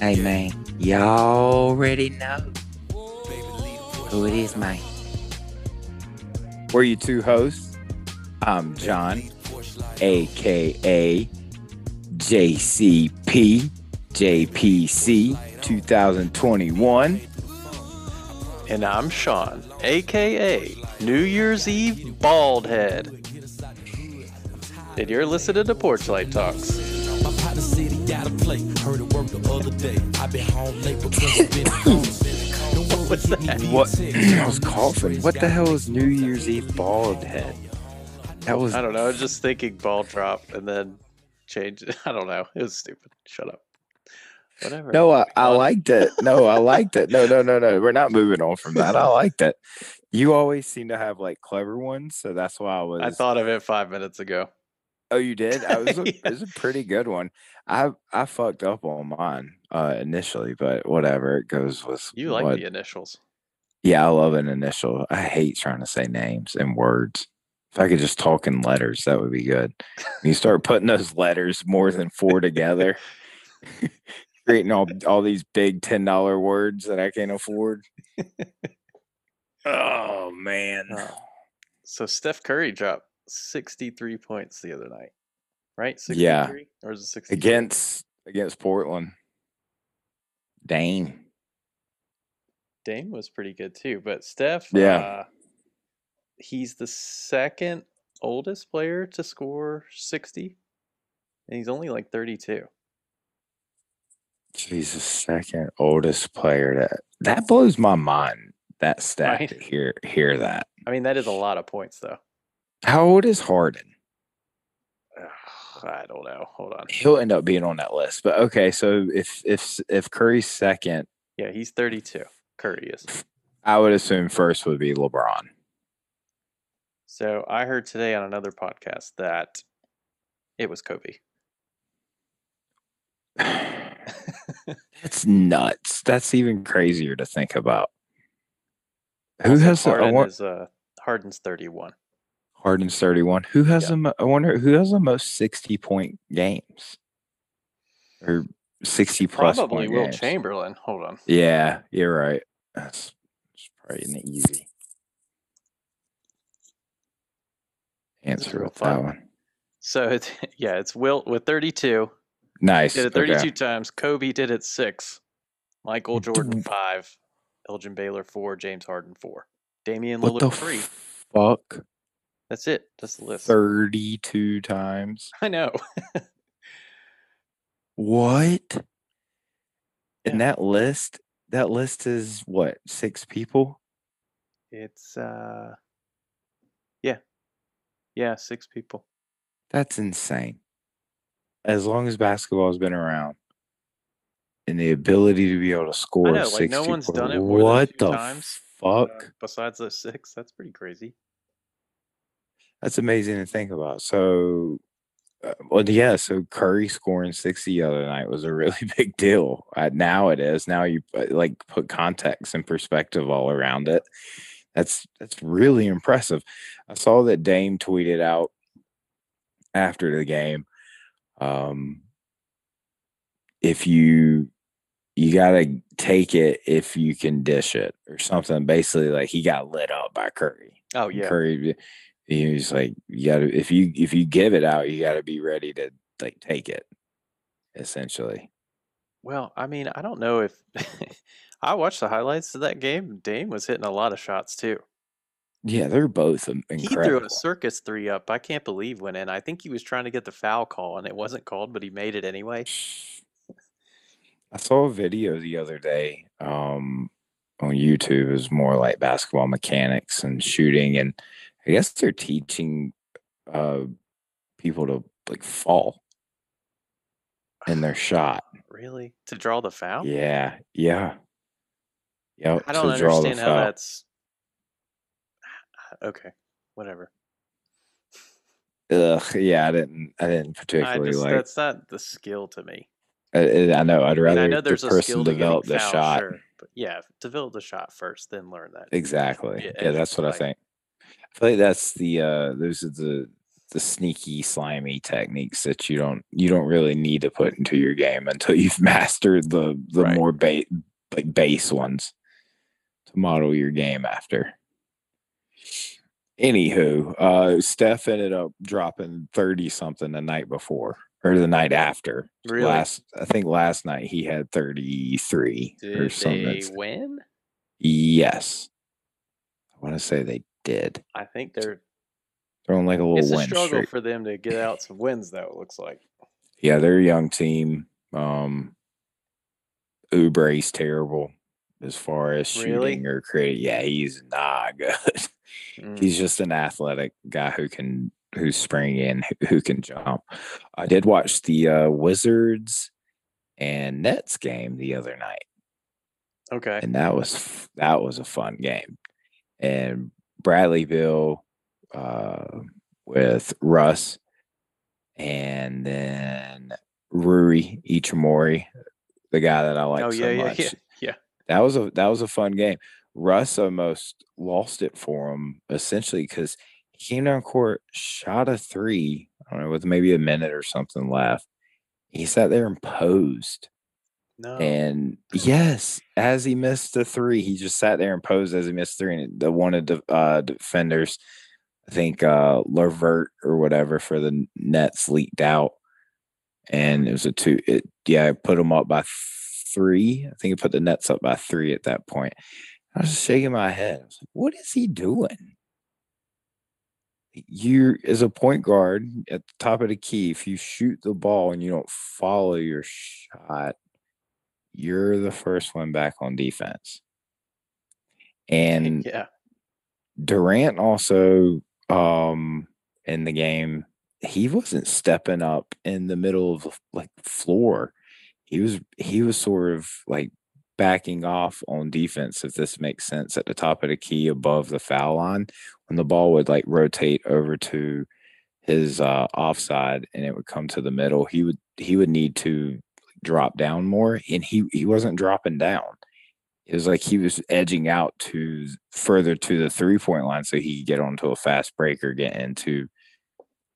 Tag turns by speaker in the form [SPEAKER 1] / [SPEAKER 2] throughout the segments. [SPEAKER 1] Hey man, y'all already know who it is, man.
[SPEAKER 2] We're your two hosts. I'm John, aka JCP, JPC 2021.
[SPEAKER 3] And I'm Sean, aka New Year's Eve Baldhead. And you're listening to Porch Light Talks.
[SPEAKER 4] My partner said he gotta play. Heard it work the other day. i been home late because I've been home. What's that?
[SPEAKER 2] What? I was coughing. What the hell is New Year's Eve bald head? That was
[SPEAKER 3] I don't know. I was just thinking ball drop and then change it. I don't know. It was stupid. Shut up. Whatever.
[SPEAKER 2] No, I, I liked it. No, I liked it. No, no, no, no. We're not moving on from that. I liked it. You always seem to have like clever ones, so that's why I was.
[SPEAKER 3] I thought of it five minutes ago.
[SPEAKER 2] Oh, you did? I was a,
[SPEAKER 3] Yeah.
[SPEAKER 2] it was a pretty good one. I I fucked up on mine uh initially, but whatever. It goes with
[SPEAKER 3] You like
[SPEAKER 2] what-
[SPEAKER 3] the initials.
[SPEAKER 2] Yeah, I love an initial. I hate trying to say names and words. If I could just talk in letters, that would be good. When you start putting those letters more than four together, creating all all these big ten dollar words that I can't afford. oh man.
[SPEAKER 3] Oh. So Steph Curry dropped 63 points the other night, right? 63?
[SPEAKER 2] Yeah.
[SPEAKER 3] Or is it 63?
[SPEAKER 2] Against against Portland. Dame.
[SPEAKER 3] Dame was pretty good too, but Steph,
[SPEAKER 2] Yeah.
[SPEAKER 3] uh, he's the second oldest player to score 60, and he's only like 32.
[SPEAKER 2] She's the second oldest player that that blows my mind. That stat
[SPEAKER 3] Right?
[SPEAKER 2] to hear hear that.
[SPEAKER 3] I mean, that is a lot of points, though.
[SPEAKER 2] How old is Harden?
[SPEAKER 3] Ugh, I don't know. Hold on.
[SPEAKER 2] He'll end up being on that list. But okay, so if if if Curry's second,
[SPEAKER 3] Yeah, he's 32. Curry is.
[SPEAKER 2] I would assume first would be LeBron.
[SPEAKER 3] So I heard today on another podcast that it was Kobe.
[SPEAKER 2] That's nuts. That's even crazier to think about. Who
[SPEAKER 3] Also,
[SPEAKER 2] has the, I
[SPEAKER 3] Harden
[SPEAKER 2] want,
[SPEAKER 3] is, uh, Harden's 31.
[SPEAKER 2] Harden's thirty one? Who has
[SPEAKER 3] Yeah.
[SPEAKER 2] the mo- I wonder who has the most sixty point games or sixty plus
[SPEAKER 3] Probably
[SPEAKER 2] point
[SPEAKER 3] Will
[SPEAKER 2] games?
[SPEAKER 3] Chamberlain. Hold on.
[SPEAKER 2] Yeah, you're right. That's, that's probably an easy
[SPEAKER 3] is
[SPEAKER 2] answer
[SPEAKER 3] real
[SPEAKER 2] with that
[SPEAKER 3] fun.
[SPEAKER 2] one.
[SPEAKER 3] So it's, yeah, it's Wilt with 32.
[SPEAKER 2] Nice.
[SPEAKER 3] did it
[SPEAKER 2] okay.
[SPEAKER 3] 32 times. Kobe did it six. Michael Jordan five. Elgin Baylor four. James Harden four. Damian
[SPEAKER 2] What the
[SPEAKER 3] Lillard three.
[SPEAKER 2] fuck?
[SPEAKER 3] That's it. That's the list.
[SPEAKER 2] Thirty-two times.
[SPEAKER 3] I know.
[SPEAKER 2] What?
[SPEAKER 3] Yeah.
[SPEAKER 2] And that list, that list is what six people?
[SPEAKER 3] It's uh, yeah, yeah, six people.
[SPEAKER 2] That's insane. As long as basketball has been around, and the ability to be able to score,
[SPEAKER 3] know,
[SPEAKER 2] 60
[SPEAKER 3] like, no one's
[SPEAKER 2] points-
[SPEAKER 3] done it more than
[SPEAKER 2] What
[SPEAKER 3] two
[SPEAKER 2] the
[SPEAKER 3] times, uh,
[SPEAKER 2] fuck?
[SPEAKER 3] besides those six, that's pretty crazy.
[SPEAKER 2] That's amazing to think about. So, uh, well, yeah. So Curry scoring sixty the other night was a really big deal. Uh, now it is. Now you uh, like put context and perspective all around it. That's that's really impressive. I saw that Dame tweeted out after the game. Um, if you you gotta take it if you can dish it or something. Basically, like he got lit up by Curry
[SPEAKER 3] Oh
[SPEAKER 2] and
[SPEAKER 3] yeah,
[SPEAKER 2] Curry, he was like, you gotta if you if you give it out, you gotta be ready to like take it, essentially.
[SPEAKER 3] Well, I mean, I don't know if I watched the highlights of that game. Dame was hitting a lot of shots too.
[SPEAKER 2] Yeah, they're both im-
[SPEAKER 3] He
[SPEAKER 2] incredible.
[SPEAKER 3] threw a circus three up. I can't believe went in. I think he was trying to get the foul call and it wasn't called, but he made it anyway.
[SPEAKER 2] I saw a video the other day um, on YouTube. It was more like basketball mechanics and shooting, and I guess they're teaching uh, people to like fall in their shot.
[SPEAKER 3] Really? To draw the foul?
[SPEAKER 2] Yeah, yeah, yeah.
[SPEAKER 3] I don't understand how that's okay. Whatever.
[SPEAKER 2] Ugh, yeah, I didn't, I didn't
[SPEAKER 3] I
[SPEAKER 2] particularly
[SPEAKER 3] just
[SPEAKER 2] like.
[SPEAKER 3] that's not the skill to me.
[SPEAKER 2] I, I know. I'd
[SPEAKER 3] I, mean,
[SPEAKER 2] rather
[SPEAKER 3] I know there's
[SPEAKER 2] the
[SPEAKER 3] a
[SPEAKER 2] person
[SPEAKER 3] skill to
[SPEAKER 2] develop
[SPEAKER 3] getting
[SPEAKER 2] the
[SPEAKER 3] fouled,
[SPEAKER 2] shot.
[SPEAKER 3] sure, but yeah, develop the shot first, then learn that.
[SPEAKER 2] Exactly.
[SPEAKER 3] Yeah,
[SPEAKER 2] Yeah, that's what I
[SPEAKER 3] like-
[SPEAKER 2] think. I feel like that's the uh those are the the sneaky slimy techniques that you don't you don't really need to put into your game until you've mastered the the
[SPEAKER 3] Right.
[SPEAKER 2] more ba- like base ones to model your game after. Anywho, uh Steph ended up dropping 30 something the night before or the night after.
[SPEAKER 3] Really?
[SPEAKER 2] Last I think last night he had 33 or
[SPEAKER 3] Did
[SPEAKER 2] something.
[SPEAKER 3] they
[SPEAKER 2] That's-
[SPEAKER 3] win?
[SPEAKER 2] Yes. I want to say they did.
[SPEAKER 3] I think they're.
[SPEAKER 2] They're on like a little
[SPEAKER 3] It's a
[SPEAKER 2] win
[SPEAKER 3] struggle
[SPEAKER 2] streak.
[SPEAKER 3] for them to get out some wins, though. It looks like.
[SPEAKER 2] yeah, they're a young team. Um Ubre's terrible as far as shooting
[SPEAKER 3] Really?
[SPEAKER 2] or creating. Yeah, he's not good.
[SPEAKER 3] Mm.
[SPEAKER 2] He's just an athletic guy who can who's springy and who, who can jump. I did watch the uh, Wizards and Nets game the other night,
[SPEAKER 3] Okay.
[SPEAKER 2] and that was f- that was a fun game. And Bradley Bill uh, with Russ, and then Rui Ichimori, the guy that I like
[SPEAKER 3] oh
[SPEAKER 2] so
[SPEAKER 3] yeah, yeah,
[SPEAKER 2] much
[SPEAKER 3] yeah, yeah.
[SPEAKER 2] that was a that was a fun game. Russ almost lost it for him essentially because he came down court, shot a three, I don't know, with maybe a minute or something left. He sat there and posed.
[SPEAKER 3] No.
[SPEAKER 2] And yes, as he missed the three, he just sat there and posed as he missed three. And the one of the uh, defenders, I think uh Lavert or whatever for the Nets leaked out. And it was a two it yeah, I put them up by three. I think I put the Nets up by three at that point. I was just shaking my head. I was like, what is he doing? You as a point guard at the top of the key, if you shoot the ball and you don't follow your shot, you're the first one back on defense. And
[SPEAKER 3] yeah.
[SPEAKER 2] Durant also um in the game he wasn't stepping up in the middle of the f- like floor. He was he was sort of like backing off on defense if this makes sense at the top of the key above the foul line when the ball would like rotate over to his uh offside and it would come to the middle he would he would need to drop down more and he he wasn't dropping down it was like he was edging out to further to the three point line so he could get onto a fast break or get into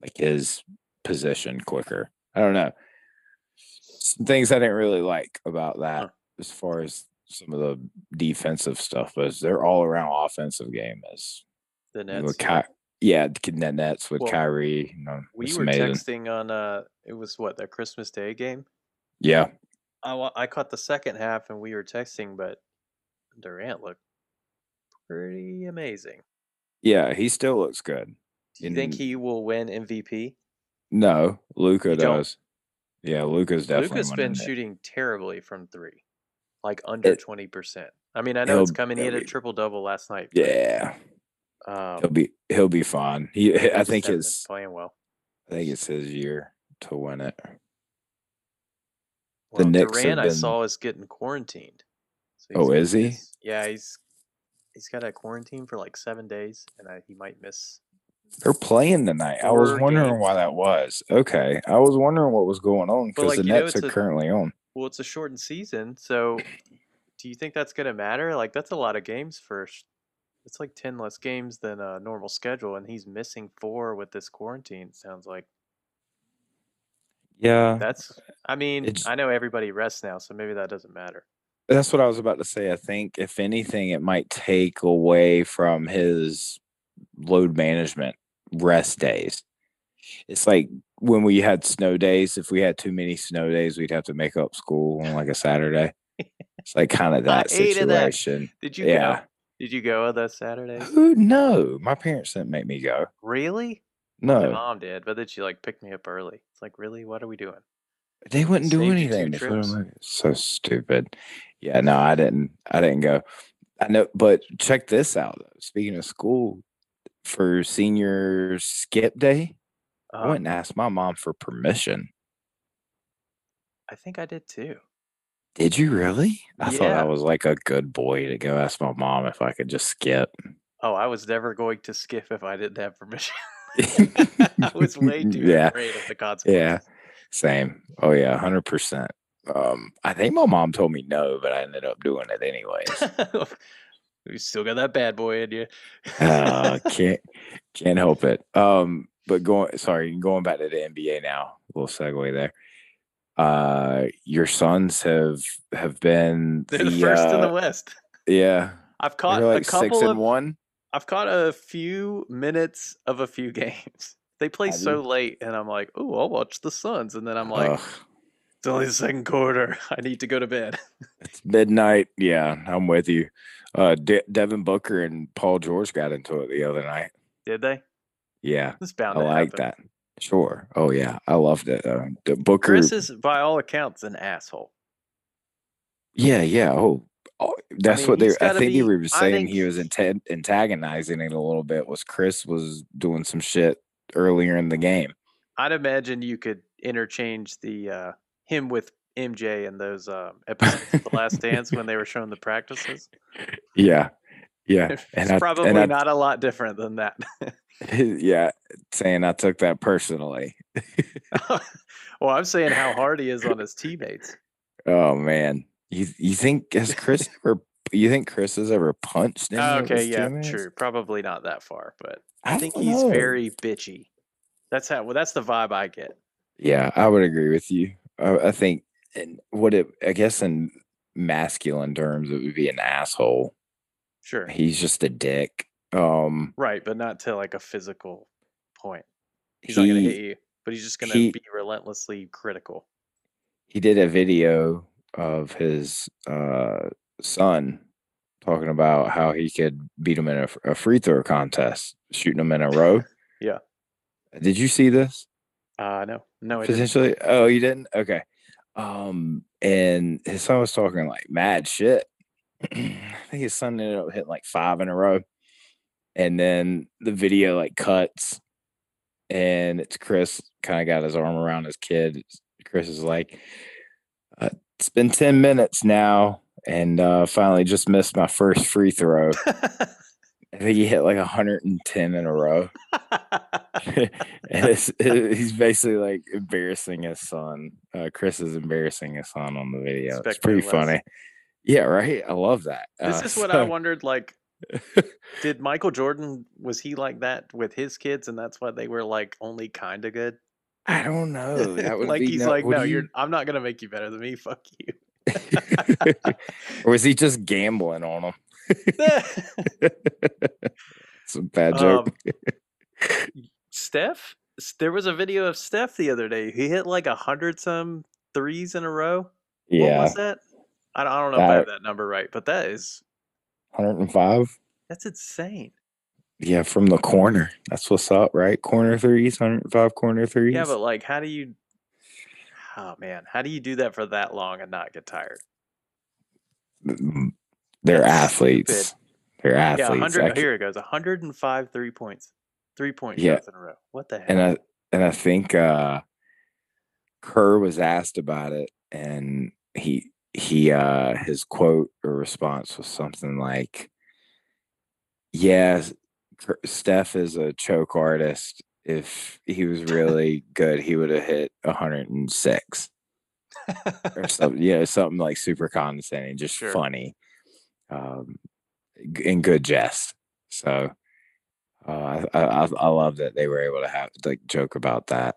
[SPEAKER 2] like his position quicker. I don't know. Some things I didn't really like about that as far as some of the defensive stuff, but their all around offensive game is
[SPEAKER 3] The
[SPEAKER 2] you know,
[SPEAKER 3] Nets.
[SPEAKER 2] Ky- yeah, the Kin- the Nets with
[SPEAKER 3] Well,
[SPEAKER 2] Kyrie. You know,
[SPEAKER 3] we
[SPEAKER 2] it's
[SPEAKER 3] were
[SPEAKER 2] amazing.
[SPEAKER 3] texting on uh, it was what their Christmas Day game.
[SPEAKER 2] yeah,
[SPEAKER 3] I wa- I caught the second half and we were texting, but Durant looked pretty amazing.
[SPEAKER 2] yeah, he still looks good.
[SPEAKER 3] Do you think
[SPEAKER 2] In-
[SPEAKER 3] he will win MVP?
[SPEAKER 2] No, Luca
[SPEAKER 3] You don't.
[SPEAKER 2] does. Yeah, Luca's definitely.
[SPEAKER 3] Luca's
[SPEAKER 2] winning
[SPEAKER 3] been
[SPEAKER 2] it.
[SPEAKER 3] shooting terribly from three, like under
[SPEAKER 2] It-
[SPEAKER 3] twenty percent. I mean, I know it's
[SPEAKER 2] He'll-
[SPEAKER 3] coming. He
[SPEAKER 2] he'll
[SPEAKER 3] had a
[SPEAKER 2] be-
[SPEAKER 3] triple double last night. but,
[SPEAKER 2] Yeah, he'll
[SPEAKER 3] um,
[SPEAKER 2] be he'll be fine. He,
[SPEAKER 3] he
[SPEAKER 2] I
[SPEAKER 3] just
[SPEAKER 2] think
[SPEAKER 3] hasn't been
[SPEAKER 2] his
[SPEAKER 3] playing well.
[SPEAKER 2] I think it's his year to win it.
[SPEAKER 3] well
[SPEAKER 2] Knicks have
[SPEAKER 3] Durant, I
[SPEAKER 2] been-
[SPEAKER 3] saw, is getting quarantined. So
[SPEAKER 2] Oh,
[SPEAKER 3] gonna
[SPEAKER 2] is he?
[SPEAKER 3] miss- Yeah, he's he's got a quarantine for like seven days, and I, he might miss.
[SPEAKER 2] They're playing tonight. I was
[SPEAKER 3] Four
[SPEAKER 2] wondering
[SPEAKER 3] games.
[SPEAKER 2] why that was. Okay, I was wondering what was going on
[SPEAKER 3] But,
[SPEAKER 2] because
[SPEAKER 3] like,
[SPEAKER 2] the
[SPEAKER 3] you know,
[SPEAKER 2] Nets
[SPEAKER 3] it's
[SPEAKER 2] are
[SPEAKER 3] a-
[SPEAKER 2] currently on.
[SPEAKER 3] Well, it's a shortened season, so do you think that's gonna matter? Like, that's a lot of games for. sh- It's like ten less games than a normal schedule, and he's missing four with this quarantine. it Sounds like.
[SPEAKER 2] Yeah,
[SPEAKER 3] That's. I mean,
[SPEAKER 2] Uh, it's-
[SPEAKER 3] I know everybody rests now, so maybe that doesn't matter.
[SPEAKER 2] that's what I was about to say. I think if anything, it might take away from his load management rest days. It's like when we had snow days. If we had too many snow days, we'd have to make up school on like a Saturday. It's like kind of that
[SPEAKER 3] hated that.
[SPEAKER 2] situation.
[SPEAKER 3] Did you
[SPEAKER 2] Yeah.
[SPEAKER 3] go? Did you go this Saturday?
[SPEAKER 2] Who no? My parents didn't make me go.
[SPEAKER 3] Really? My
[SPEAKER 2] No,
[SPEAKER 3] mom did, but then she like picked me up early. It's like, really? What are we doing?
[SPEAKER 2] they wouldn't do
[SPEAKER 3] saved you two
[SPEAKER 2] anything. They put
[SPEAKER 3] trips.
[SPEAKER 2] 'em in- So stupid. Yeah, no, I didn't. I didn't go. I know, but check this out. Though. Speaking of school, for senior skip day, I
[SPEAKER 3] Uh,
[SPEAKER 2] went and asked my mom for permission.
[SPEAKER 3] I think I did too.
[SPEAKER 2] Did you really? I thought
[SPEAKER 3] Yeah.
[SPEAKER 2] I was like a good boy to go ask my mom if I could just skip.
[SPEAKER 3] Oh, I was never going to skip if I didn't have permission. I was way too
[SPEAKER 2] Yeah.
[SPEAKER 3] afraid of the consequences.
[SPEAKER 2] Same. Oh yeah, hundred percent. Um, I think my mom told me no, but I ended up doing it anyways.
[SPEAKER 3] Yeah. You still got that bad boy in you.
[SPEAKER 2] uh, can't can't help it. Um, but going sorry, going back to the NBA now. Little segue there. Uh, your sons have have been
[SPEAKER 3] They're the, first in
[SPEAKER 2] uh,
[SPEAKER 3] the West.
[SPEAKER 2] yeah.
[SPEAKER 3] I've caught
[SPEAKER 2] They're like
[SPEAKER 3] a couple
[SPEAKER 2] six and
[SPEAKER 3] of
[SPEAKER 2] one.
[SPEAKER 3] I've caught a few minutes of a few games. They play
[SPEAKER 2] Have
[SPEAKER 3] so
[SPEAKER 2] you?
[SPEAKER 3] late, and I'm like, "Oh, I'll watch the Suns," and then I'm like,
[SPEAKER 2] Ugh,
[SPEAKER 3] "It's only the second quarter. I need to go to bed."
[SPEAKER 2] it's midnight. Yeah, I'm with you. Uh, De- Devin Booker and Paul George got into it the other night.
[SPEAKER 3] Did they?
[SPEAKER 2] Yeah,
[SPEAKER 3] It's
[SPEAKER 2] I
[SPEAKER 3] bound. to
[SPEAKER 2] like
[SPEAKER 3] happen.
[SPEAKER 2] that. Sure. Oh yeah, I loved it. Uh, the Booker.
[SPEAKER 3] Chris is, by all accounts, an asshole.
[SPEAKER 2] Yeah, yeah. Oh, oh, that's
[SPEAKER 3] mean,
[SPEAKER 2] what they.
[SPEAKER 3] he's
[SPEAKER 2] I
[SPEAKER 3] gotta
[SPEAKER 2] think
[SPEAKER 3] be-
[SPEAKER 2] you were
[SPEAKER 3] I
[SPEAKER 2] saying
[SPEAKER 3] think
[SPEAKER 2] he was anta- antagonizing it a little bit. Was Chris was doing some shit earlier in the game?
[SPEAKER 3] I'd imagine you could interchange the uh, him with MJ in those um, episodes of The Last Dance when they were showing the practices.
[SPEAKER 2] Yeah, yeah.
[SPEAKER 3] It's
[SPEAKER 2] And I- and
[SPEAKER 3] probably
[SPEAKER 2] I-
[SPEAKER 3] not a lot different than that.
[SPEAKER 2] yeah, saying I took that personally.
[SPEAKER 3] well, I'm saying how hard he is on his teammates.
[SPEAKER 2] Oh man, you you think has Chris ever? You think Chris has ever punched? any of
[SPEAKER 3] Ah, okay,
[SPEAKER 2] his
[SPEAKER 3] yeah,
[SPEAKER 2] teammates?
[SPEAKER 3] true. Probably not that far, but I,
[SPEAKER 2] I
[SPEAKER 3] think
[SPEAKER 2] don't
[SPEAKER 3] he's
[SPEAKER 2] know.
[SPEAKER 3] very bitchy. That's how. Well, that's the vibe I get.
[SPEAKER 2] Yeah, I would agree with you. I, I think, and what it, I guess, in masculine terms, it would be an asshole.
[SPEAKER 3] Sure,
[SPEAKER 2] He's just a dick. Um,
[SPEAKER 3] right, but not to like a physical point. He's not gonna
[SPEAKER 2] he-
[SPEAKER 3] hit you, but he's just gonna
[SPEAKER 2] he-
[SPEAKER 3] be relentlessly critical.
[SPEAKER 2] he did a video of his uh, son talking about how he could beat him in a, f- a free throw contest, shooting him in a row.
[SPEAKER 3] Yeah.
[SPEAKER 2] Did you see this
[SPEAKER 3] Uh, no, no, I didn't.
[SPEAKER 2] potentially? Oh, you didn't? Okay. Um, and his son was talking like mad shit. I think his son ended up hitting like five in a row. And then the video like cuts and it's Chris kind of got his arm around his kid. Chris is like, uh, it's been 10 minutes now and uh, finally just missed my first free throw. I think he hit like 110 in a row. and it's, he's basically like embarrassing his son. Uh, Chris is embarrassing his son on the video. It's
[SPEAKER 3] Expect no
[SPEAKER 2] pretty
[SPEAKER 3] less.
[SPEAKER 2] funny. Yeah, right. I love that.
[SPEAKER 3] this
[SPEAKER 2] Uh,
[SPEAKER 3] is what I
[SPEAKER 2] so-
[SPEAKER 3] wondered. Like, did Michael Jordan was he like that with his kids, and that's why they were like only kind of good?
[SPEAKER 2] I don't know. Oh, That would
[SPEAKER 3] like
[SPEAKER 2] be
[SPEAKER 3] he's like,
[SPEAKER 2] would
[SPEAKER 3] no,
[SPEAKER 2] you-
[SPEAKER 3] you're. I'm not gonna make you better than me. Fuck you.
[SPEAKER 2] or was he just gambling on him? It's a bad joke.
[SPEAKER 3] Um, Steph, s- there was a video of Steph the other day. He hit like a hundred some threes in a row. What
[SPEAKER 2] yeah,
[SPEAKER 3] was that? I don't, I don't know if I
[SPEAKER 2] That-
[SPEAKER 3] have that number right, but that is
[SPEAKER 2] 105.
[SPEAKER 3] that's insane.
[SPEAKER 2] Yeah, from the corner. That's what's up, right? Corner threes, 105 corner threes.
[SPEAKER 3] Yeah, but like, how do you? Oh man, how do you do that for that long and not get tired?
[SPEAKER 2] Mm, they're
[SPEAKER 3] That's stupid.
[SPEAKER 2] athletes. They're
[SPEAKER 3] Yeah,
[SPEAKER 2] athletes. I
[SPEAKER 3] hundred.
[SPEAKER 2] ca-
[SPEAKER 3] Here it goes. 105 three points, three point
[SPEAKER 2] Yeah.
[SPEAKER 3] shots in a row. What the heck?
[SPEAKER 2] and I and I think uh, Kerr was asked about it, and he he uh, his quote or response was something like, "Yeah, Ker- Steph is a choke artist. If he was really good, he would have hit 106 or something. You know, something like super condescending, just
[SPEAKER 3] Sure.
[SPEAKER 2] funny, um, g- in good jest." So. Uh, I, I I love that they were able to have like joke about that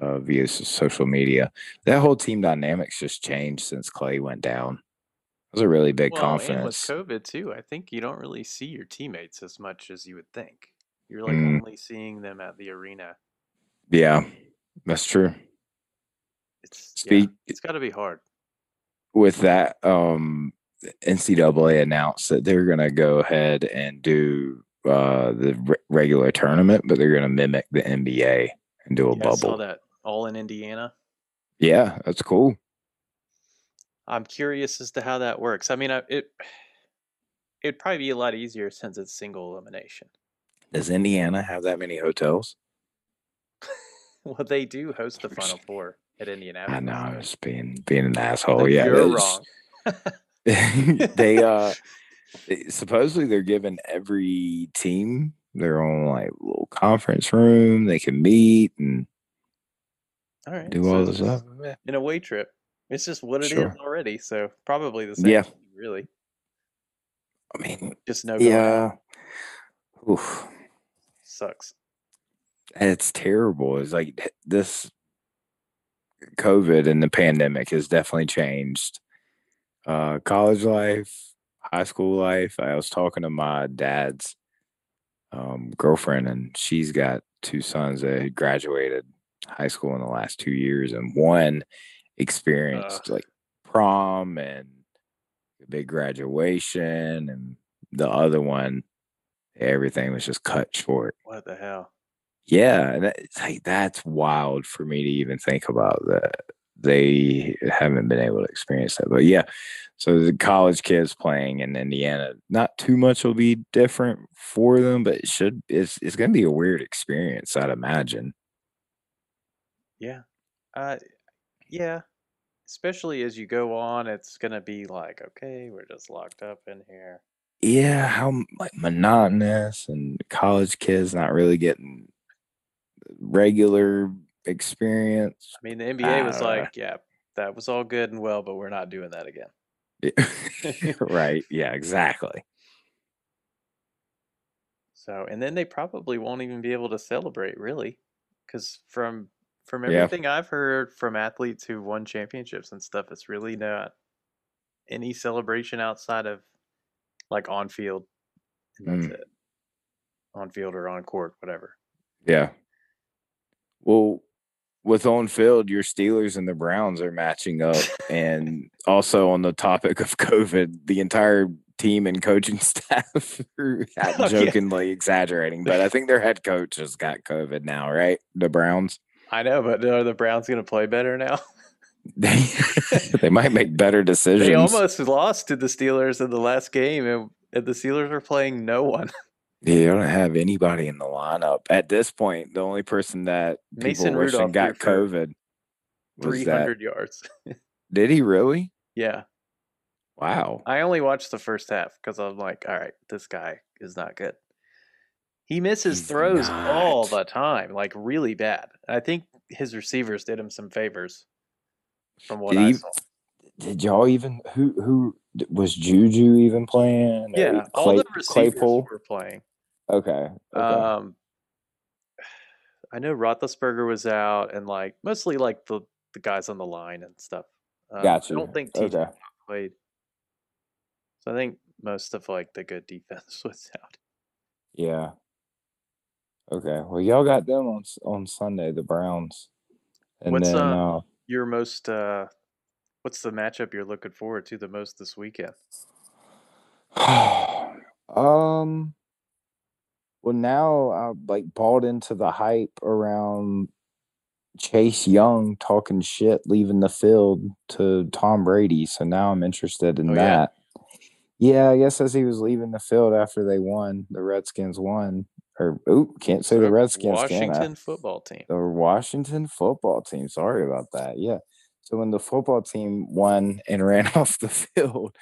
[SPEAKER 2] uh, via s- social media. That whole team dynamics just changed since Clay went down. It was a really big
[SPEAKER 3] well, and with
[SPEAKER 2] confidence.
[SPEAKER 3] COVID too, I think you don't really see your teammates as much as you would think. You're like
[SPEAKER 2] Mm.
[SPEAKER 3] only seeing them at the arena.
[SPEAKER 2] yeah, that's true.
[SPEAKER 3] It's
[SPEAKER 2] Speak
[SPEAKER 3] yeah, it's got to be hard.
[SPEAKER 2] with that. Um, NCAA announced that they're going to go ahead and do uh, the re- regular tournament, but they're going to mimic the NBA and do a
[SPEAKER 3] Yeah, I saw
[SPEAKER 2] bubble.
[SPEAKER 3] that all in Indiana.
[SPEAKER 2] Yeah, that's cool.
[SPEAKER 3] I'm curious as to how that works. I mean, I, it it'd probably be a lot easier since it's single elimination.
[SPEAKER 2] Does Indiana have that many hotels?
[SPEAKER 3] Well, they do host the Final Four at Indianapolis.
[SPEAKER 2] I know I
[SPEAKER 3] so-
[SPEAKER 2] was being being an asshole.
[SPEAKER 3] so
[SPEAKER 2] yeah,
[SPEAKER 3] you're
[SPEAKER 2] it's-
[SPEAKER 3] wrong.
[SPEAKER 2] they uh it- supposedly they're giving every team their own like little conference room they can meet and
[SPEAKER 3] All right,
[SPEAKER 2] do
[SPEAKER 3] so
[SPEAKER 2] all
[SPEAKER 3] it's
[SPEAKER 2] this
[SPEAKER 3] just
[SPEAKER 2] stuff
[SPEAKER 3] in a way trip. It's just what it is
[SPEAKER 2] Sure.
[SPEAKER 3] already. So probably the same.
[SPEAKER 2] Yeah.
[SPEAKER 3] thing, Really.
[SPEAKER 2] I mean,
[SPEAKER 3] Just no. Going out.
[SPEAKER 2] yeah. Oof.
[SPEAKER 3] Sucks.
[SPEAKER 2] And it's terrible. It's like th- this COVID and the pandemic has definitely changed uh, college life, high school life. I was talking to my dad's um, girlfriend, and she's got two sons that had graduated high school in the last two years, and one experienced like prom and a big graduation, and the other one, everything was just cut short
[SPEAKER 3] What the hell?
[SPEAKER 2] yeah and that, it's like that's wild for me to even think about that they haven't been able to experience that but yeah so the college kids playing in indiana not too much will be different for them but it should it's, it's going to be a weird experience i'd imagine
[SPEAKER 3] Yeah. Uh, yeah. Especially as you go on, it's gonna be like, okay, we're just locked up in here.
[SPEAKER 2] yeah how m- like monotonous and college kids not really getting regular experience
[SPEAKER 3] I mean, the NBA was
[SPEAKER 2] Ah.
[SPEAKER 3] like, yeah, that was all good and well, but we're not doing that again.
[SPEAKER 2] right yeah exactly
[SPEAKER 3] So, and then they probably won't even be able to celebrate really, because from from
[SPEAKER 2] Yeah.
[SPEAKER 3] everything I've heard from athletes who won championships and stuff, it's really not any celebration outside of like on field, and that's
[SPEAKER 2] Mm.
[SPEAKER 3] it. On field or on court, whatever.
[SPEAKER 2] Yeah. Well, with on field, your Steelers and the Browns are matching up. and also on the topic of COVID, the entire team and coaching staff are
[SPEAKER 3] Oh, yeah.
[SPEAKER 2] jokingly exaggerating, but I think their head coach has got COVID now, right? The Browns.
[SPEAKER 3] I know, but are the Browns going to play better now?
[SPEAKER 2] They, they might make better decisions.
[SPEAKER 3] they almost lost to the Steelers in the last game, and, and the Steelers were playing no one.
[SPEAKER 2] yeah, you don't have anybody in the lineup. At this point, the only person that people
[SPEAKER 3] Mason
[SPEAKER 2] wishing
[SPEAKER 3] Rudolph
[SPEAKER 2] got
[SPEAKER 3] threw for
[SPEAKER 2] COVID was
[SPEAKER 3] Three
[SPEAKER 2] that.
[SPEAKER 3] hundred yards.
[SPEAKER 2] Did he really?
[SPEAKER 3] Yeah,
[SPEAKER 2] Wow.
[SPEAKER 3] I only watched the first half because I'm like, all right, this guy is not good. He misses
[SPEAKER 2] He's
[SPEAKER 3] throws all
[SPEAKER 2] not.
[SPEAKER 3] the time, like really bad. I think his receivers did him some favors. From what
[SPEAKER 2] Did
[SPEAKER 3] I
[SPEAKER 2] he-
[SPEAKER 3] saw,
[SPEAKER 2] did y'all even who who d- was Juju even playing? Or
[SPEAKER 3] yeah, all the
[SPEAKER 2] Clay-
[SPEAKER 3] receivers
[SPEAKER 2] Claypool.
[SPEAKER 3] were playing.
[SPEAKER 2] Okay, okay.
[SPEAKER 3] Um, I know Roethlisberger was out, and like mostly like the the guys on the line and stuff. Um,
[SPEAKER 2] gotcha.
[SPEAKER 3] I don't think TJ
[SPEAKER 2] okay.
[SPEAKER 3] played, so I think most of like the good defense was out.
[SPEAKER 2] Yeah. Okay. Well, y'all got them on s- on Sunday, the Browns, and
[SPEAKER 3] What's,
[SPEAKER 2] then
[SPEAKER 3] uh,
[SPEAKER 2] uh,
[SPEAKER 3] Your most uh, what's the matchup you're looking forward to the most this weekend?
[SPEAKER 2] um, well, now I like bought into the hype around Chase Young talking shit leaving the field to Tom Brady, so now I'm interested in
[SPEAKER 3] Oh, yeah.
[SPEAKER 2] that. Yeah, I guess as he was leaving the field after they won, the Redskins won, or oop, can't say the
[SPEAKER 3] Uh,
[SPEAKER 2] Redskins, can I?
[SPEAKER 3] Washington football team.
[SPEAKER 2] the Washington football team. Sorry about that. Yeah. So when the football team won and ran off the field,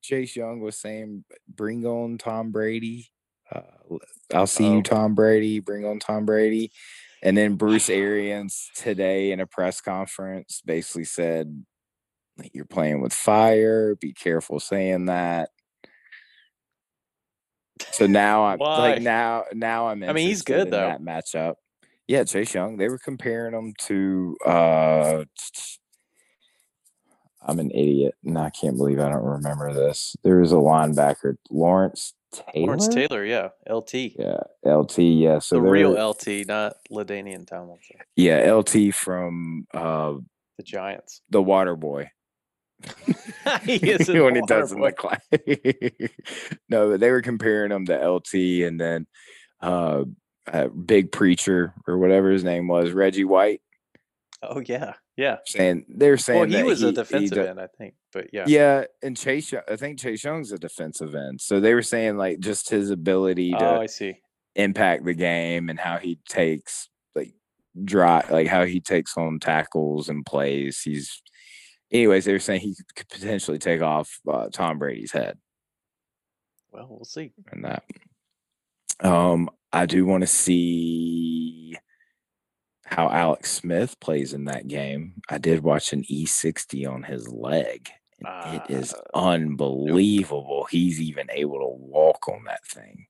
[SPEAKER 2] Chase Young was saying, "Bring on Tom Brady. Uh, l- I'll see
[SPEAKER 3] Oh.
[SPEAKER 2] you, Tom Brady. Bring on Tom Brady." And then Bruce Arians today in a press conference basically said, like, "You're playing with fire. Be careful saying that." So now I'm
[SPEAKER 3] Why?
[SPEAKER 2] like now now I'm.
[SPEAKER 3] I mean, he's
[SPEAKER 2] interested
[SPEAKER 3] good,
[SPEAKER 2] in
[SPEAKER 3] though.
[SPEAKER 2] That matchup. Yeah, Chase Young. They were comparing him to. uh I'm an idiot, and I can't believe I don't remember this. There was a linebacker, Lawrence Taylor.
[SPEAKER 3] Lawrence Taylor, yeah, LT,
[SPEAKER 2] Yeah, LT. Yeah, so
[SPEAKER 3] the real
[SPEAKER 2] they're-
[SPEAKER 3] LT, not Ladainian Tomlinson,
[SPEAKER 2] Yeah, LT from uh
[SPEAKER 3] the Giants.
[SPEAKER 2] the Water Boy.
[SPEAKER 3] he is a
[SPEAKER 2] when he does in the
[SPEAKER 3] water
[SPEAKER 2] class. no, but they were comparing him to LT, and then uh, uh big preacher or whatever his name was, Reggie White,
[SPEAKER 3] Oh yeah, yeah.
[SPEAKER 2] saying they're saying
[SPEAKER 3] Well, he
[SPEAKER 2] that
[SPEAKER 3] was a
[SPEAKER 2] he
[SPEAKER 3] defensive
[SPEAKER 2] do-
[SPEAKER 3] end, I think. But yeah,
[SPEAKER 2] Yeah, and Chase, Yo- I think Chase Young's a defensive end. So they were saying like just his ability to
[SPEAKER 3] oh, I see.
[SPEAKER 2] impact the game and how he takes like dry like how he takes on tackles and plays. He's anyways, they were saying he could potentially take off uh, Tom Brady's head
[SPEAKER 3] Well, we'll see.
[SPEAKER 2] and that. Um I do want to see how Alex Smith plays in that game. I did watch an E60 on E his leg it is
[SPEAKER 3] Uh,
[SPEAKER 2] unbelievable. He's even able to walk on that thing.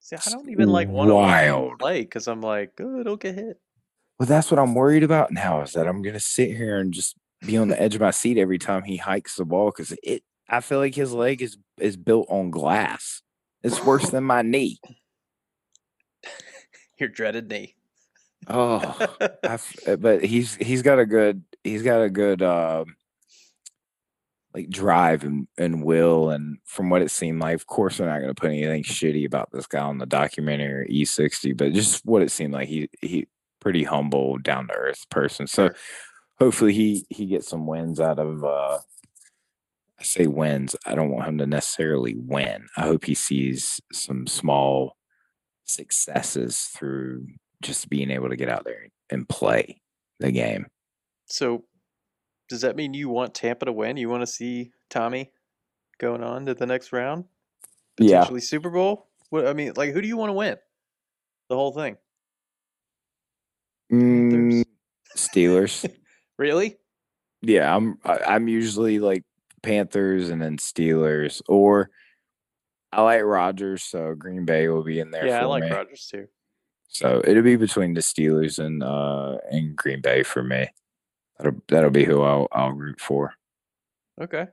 [SPEAKER 3] See, I don't even like want to watch him
[SPEAKER 2] wild.
[SPEAKER 3] play because I'm like, oh, don't get hit.
[SPEAKER 2] Well, that's what I'm worried about now is that I'm gonna sit here and just be on the edge of my seat every time he hikes the ball because it. I feel like his leg is is built on glass. It's worse than my knee.
[SPEAKER 3] Your dreaded knee.
[SPEAKER 2] Oh. I f- uh, but he's he's got a good he's got a good um like drive and, and will and from what it seemed like of course they're not going to put anything shitty about this guy on the documentary e60 but just what it seemed like he he pretty humble down to earth person so
[SPEAKER 3] Sure.
[SPEAKER 2] hopefully he he gets some wins out of uh i say wins i don't want him to necessarily win i hope he sees some small successes through just being able to get out there and play the game.
[SPEAKER 3] so, does that mean you want Tampa to win? You want to see Tommy going on to the next round?
[SPEAKER 2] Yeah.
[SPEAKER 3] Potentially Super Bowl? What, I mean, like, who do you want to win? The whole thing.
[SPEAKER 2] Mm, Steelers.
[SPEAKER 3] Really?
[SPEAKER 2] yeah, I'm I, I'm usually like Panthers and then Steelers or I like Rodgers, so Green Bay will be in there.
[SPEAKER 3] yeah, I
[SPEAKER 2] for
[SPEAKER 3] like
[SPEAKER 2] me.
[SPEAKER 3] Rodgers too.
[SPEAKER 2] So it'll be between the Steelers and uh and Green Bay for me. That'll that'll be who I'll I'll root for.
[SPEAKER 3] Okay.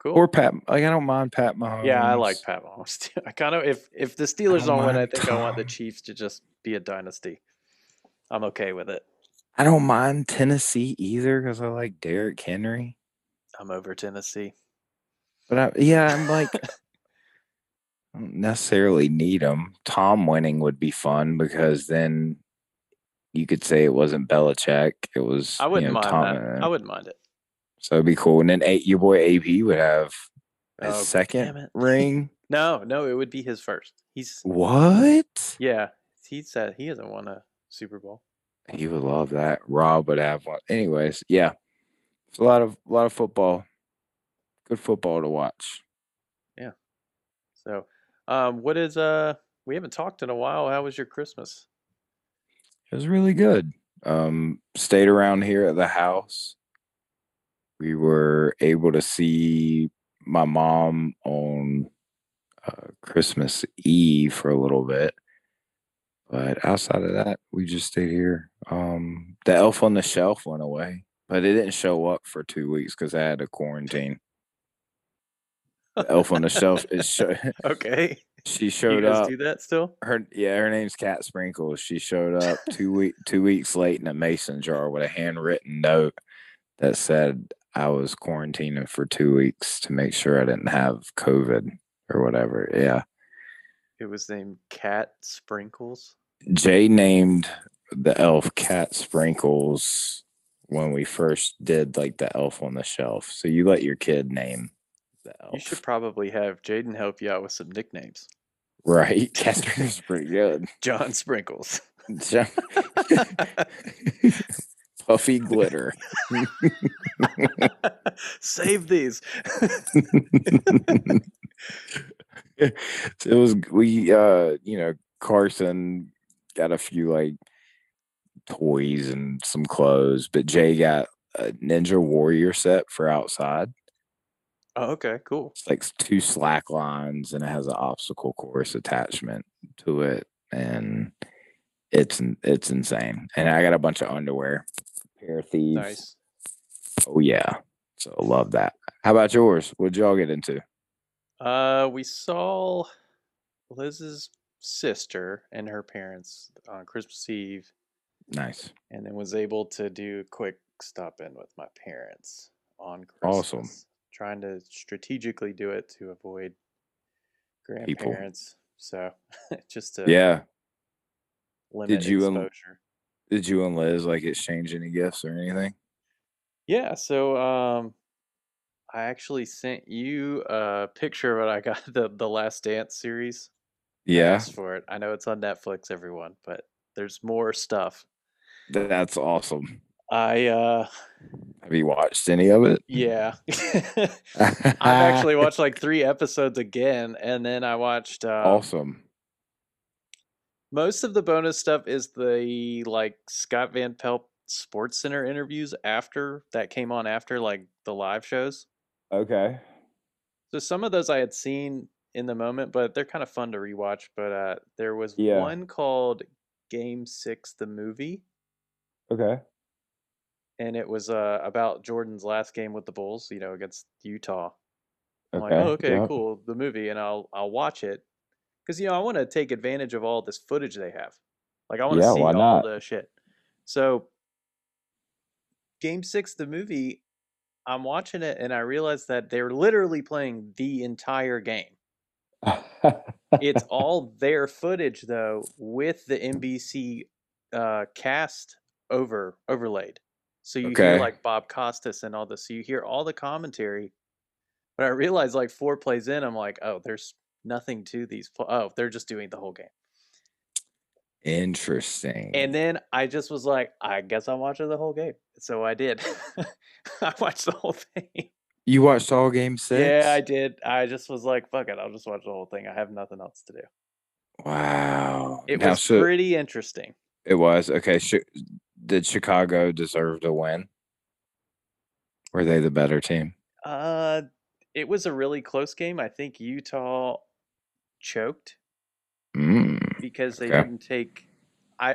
[SPEAKER 3] Cool.
[SPEAKER 2] Or Pat like I don't mind Pat Mahomes.
[SPEAKER 3] yeah, I like Pat Mahomes. too. I kind of if if the Steelers
[SPEAKER 2] don't
[SPEAKER 3] don't win, I
[SPEAKER 2] mind
[SPEAKER 3] think I want the
[SPEAKER 2] Tom.
[SPEAKER 3] Chiefs to just be a dynasty. I'm okay with it.
[SPEAKER 2] I don't mind Tennessee either because I like Derrick Henry.
[SPEAKER 3] I'm over Tennessee.
[SPEAKER 2] But I, yeah, I'm like, I don't necessarily need them. Tom winning would be fun because then you could say it wasn't Belichick. It was
[SPEAKER 3] I
[SPEAKER 2] you
[SPEAKER 3] wouldn't
[SPEAKER 2] know,
[SPEAKER 3] mind
[SPEAKER 2] Tom.
[SPEAKER 3] that. I wouldn't mind it.
[SPEAKER 2] So it'd be cool. And then eight, your boy AP would have his
[SPEAKER 3] Oh, damn
[SPEAKER 2] second
[SPEAKER 3] it.
[SPEAKER 2] ring.
[SPEAKER 3] No, no, it would be his first. He's
[SPEAKER 2] What?
[SPEAKER 3] yeah. He said he hasn't won a Super Bowl.
[SPEAKER 2] He would love that. Rob would have one. Anyways, yeah, it's a lot of a lot of football. Good football to watch.
[SPEAKER 3] So, um, what is uh? We haven't talked in a while. How was your Christmas?
[SPEAKER 2] It was really good. Um, stayed around here at the house. We were able to see my mom on uh, Christmas Eve for a little bit, but outside of that, we just stayed here. Um, the elf on the shelf went away, but it didn't show up for two weeks because I had to quarantine. The elf on the shelf, it sho-
[SPEAKER 3] Okay,
[SPEAKER 2] she
[SPEAKER 3] you
[SPEAKER 2] showed
[SPEAKER 3] guys
[SPEAKER 2] up
[SPEAKER 3] do that still?
[SPEAKER 2] her yeah her name's kat sprinkles she showed up two week two weeks late in a mason jar with a handwritten note that said i was quarantining for two weeks to make sure i didn't have covid or whatever yeah
[SPEAKER 3] It was named Cat Sprinkles.
[SPEAKER 2] jay named the elf cat sprinkles when we first did like the elf on the shelf so you let your kid name the elf
[SPEAKER 3] You should probably have Jaden help you out with some nicknames.
[SPEAKER 2] right cat sprinkles is pretty good
[SPEAKER 3] John Sprinkles.
[SPEAKER 2] puffy glitter
[SPEAKER 3] Save these.
[SPEAKER 2] it was we uh you know carson got a few like toys and some clothes but jay got a ninja warrior set for outside
[SPEAKER 3] Oh, okay, cool.
[SPEAKER 2] it's like s- two slack lines and it has an obstacle course attachment to it and it's in- it's insane and i got a bunch of underwear pair of thieves
[SPEAKER 3] Nice.
[SPEAKER 2] oh yeah so love that how about yours what'd y'all get into
[SPEAKER 3] Uh, we saw Liz's sister and her parents on Christmas Eve,
[SPEAKER 2] nice
[SPEAKER 3] and then was able to do a quick stop in with my parents on Christmas.
[SPEAKER 2] Awesome.
[SPEAKER 3] Trying to strategically do it to avoid
[SPEAKER 2] People.
[SPEAKER 3] grandparents. So just to
[SPEAKER 2] yeah
[SPEAKER 3] limit
[SPEAKER 2] you um en-
[SPEAKER 3] exposure.
[SPEAKER 2] Did you and Liz like exchange any gifts or anything?
[SPEAKER 3] Yeah, so um I actually sent you a picture of what I got the the Last Dance series. I
[SPEAKER 2] Yeah,
[SPEAKER 3] asked for it. I know it's on Netflix everyone, but there's more stuff.
[SPEAKER 2] th- that's awesome.
[SPEAKER 3] I uh
[SPEAKER 2] Have you watched any of it?
[SPEAKER 3] yeah. I've
[SPEAKER 2] Ah,
[SPEAKER 3] actually watched like 3 episodes again and then I watched uh
[SPEAKER 2] awesome.
[SPEAKER 3] most of the bonus stuff is the like Scott Van Pelt Sports Center interviews after that came on after like the live shows.
[SPEAKER 2] Okay.
[SPEAKER 3] So some of those I had seen in the moment, but they're kind of fun to rewatch. But uh, there was
[SPEAKER 2] Yeah.
[SPEAKER 3] one called Game Six, the movie,
[SPEAKER 2] Okay.
[SPEAKER 3] and it was uh, about Jordan's last game with the Bulls, you know, against Utah. I'm
[SPEAKER 2] Okay.
[SPEAKER 3] like, oh, okay,
[SPEAKER 2] yeah.
[SPEAKER 3] cool, the movie, and I'll I'll watch it because you know I want to take advantage of all this footage they have. Like I want to
[SPEAKER 2] Yeah,
[SPEAKER 3] see
[SPEAKER 2] why
[SPEAKER 3] all
[SPEAKER 2] not?
[SPEAKER 3] the shit. So, Game Six, the movie, I'm watching it and I realized that they're literally playing the entire game. It's all their footage though, with the NBC uh, cast over overlaid. So you
[SPEAKER 2] Okay.
[SPEAKER 3] hear like Bob Costas and all this. So you hear all the commentary. But I realized like four plays in, I'm like, oh, there's nothing to these. Pl- oh, they're just doing the whole game.
[SPEAKER 2] Interesting.
[SPEAKER 3] And then I just was like, I guess I'm watching the whole game. So I did. I watched the whole thing.
[SPEAKER 2] you watched all game six?
[SPEAKER 3] Yeah, I did. I just was like, fuck it. I'll just watch the whole thing. I have nothing else to do.
[SPEAKER 2] Wow.
[SPEAKER 3] It
[SPEAKER 2] Now,
[SPEAKER 3] was
[SPEAKER 2] so-
[SPEAKER 3] pretty interesting.
[SPEAKER 2] It was okay. Chi- did Chicago deserve to win? Were they the better team?
[SPEAKER 3] Uh, it was a really close game. I think Utah choked
[SPEAKER 2] Mm.
[SPEAKER 3] because they
[SPEAKER 2] Okay.
[SPEAKER 3] didn't take. I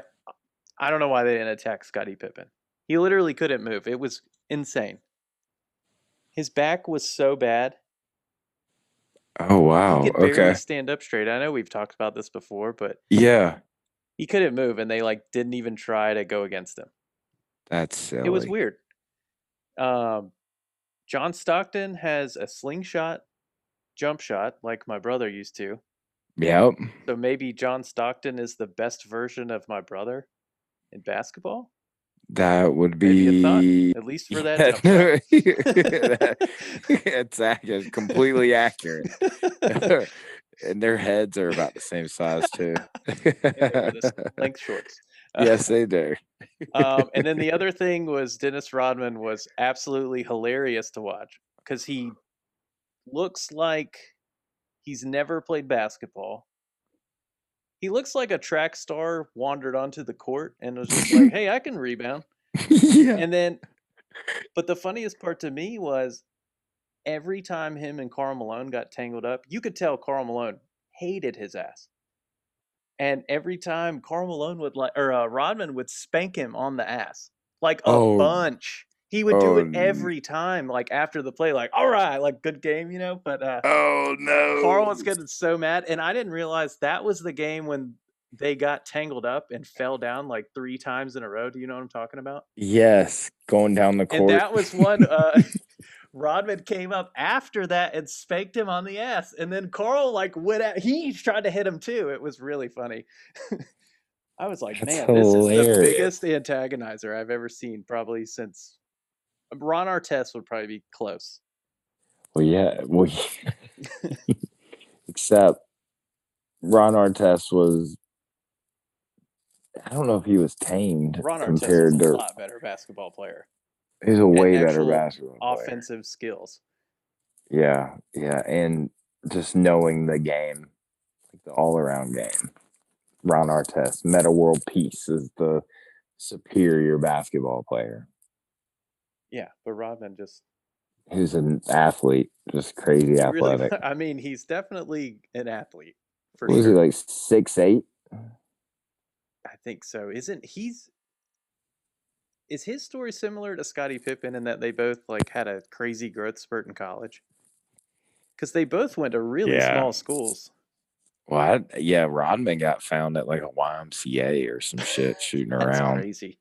[SPEAKER 3] I don't know why they didn't attack Scottie Pippen. He literally couldn't move. It was insane. His back was so bad.
[SPEAKER 2] Oh wow.
[SPEAKER 3] he could barely
[SPEAKER 2] Okay.
[SPEAKER 3] stand up straight. I know we've talked about this before, but
[SPEAKER 2] Yeah.
[SPEAKER 3] he couldn't move, and they like didn't even try to go against him.
[SPEAKER 2] That's silly.
[SPEAKER 3] It was weird. Um, John Stockton has a slingshot jump shot like my brother used to.
[SPEAKER 2] Yep.
[SPEAKER 3] So maybe John Stockton is the best version of my brother in basketball.
[SPEAKER 2] That would
[SPEAKER 3] Maybe a thought,
[SPEAKER 2] be.
[SPEAKER 3] At least for that.
[SPEAKER 2] Yeah,
[SPEAKER 3] jump shot.
[SPEAKER 2] no, that- it's accurate. Completely accurate. and their heads are about the same size too.
[SPEAKER 3] they wear the Length shorts. Uh,
[SPEAKER 2] yes, they do.
[SPEAKER 3] um, and then the other thing was Dennis Rodman was absolutely hilarious to watch because he looks like he's never played basketball. He looks like a track star wandered onto the court and was just like, "Hey, I can rebound."
[SPEAKER 2] yeah.
[SPEAKER 3] And then, but the funniest part to me was every time him and Carl Malone got tangled up, you could tell Carl Malone hated his ass. And every time Carl Malone would like, or uh, Rodman would spank him on the ass like a
[SPEAKER 2] Oh.
[SPEAKER 3] bunch. He would
[SPEAKER 2] Oh,
[SPEAKER 3] do
[SPEAKER 2] n-
[SPEAKER 3] it every time, like after the play, like, all right, like good game, you know? But uh,
[SPEAKER 2] Oh no.
[SPEAKER 3] Carl was getting so mad. And I didn't realize that was the game when they got tangled up and fell down like three times in a row. Do you know what I'm talking about?
[SPEAKER 2] Yes, going down the court.
[SPEAKER 3] And that was one uh, Rodman came up after that and spanked him on the ass. And then Carl like went out he tried to hit him too. It was really funny. I was like,
[SPEAKER 2] That's
[SPEAKER 3] man, this is the
[SPEAKER 2] hilarious.
[SPEAKER 3] biggest antagonizer I've ever seen, probably since uh, Ron Artest would probably be close.
[SPEAKER 2] Well, yeah. Well, yeah. except Ron Artest was. I don't know if he was tamed
[SPEAKER 3] Ron Artest
[SPEAKER 2] compared
[SPEAKER 3] is a
[SPEAKER 2] to.
[SPEAKER 3] lot better basketball player.
[SPEAKER 2] He's a way better
[SPEAKER 3] actual
[SPEAKER 2] basketball player.
[SPEAKER 3] Offensive skills.
[SPEAKER 2] Yeah, yeah, and just knowing the game, like the all-around game. Ron Artest, Meta World Peace, is the superior basketball player.
[SPEAKER 3] Yeah, but Rodman just
[SPEAKER 2] Who's an athlete, just crazy
[SPEAKER 3] he really-
[SPEAKER 2] athletic.
[SPEAKER 3] I mean, he's definitely an athlete for
[SPEAKER 2] What was
[SPEAKER 3] sure.
[SPEAKER 2] he like six eight?
[SPEAKER 3] I think so. Isn't he's is his story similar to Scottie Pippen in that they both like had a crazy growth spurt in college? Because they both went to really
[SPEAKER 2] Yeah.
[SPEAKER 3] small schools.
[SPEAKER 2] Well, I, yeah, Rodman got found at like a YMCA or some shit shooting
[SPEAKER 3] That's
[SPEAKER 2] around.
[SPEAKER 3] crazy.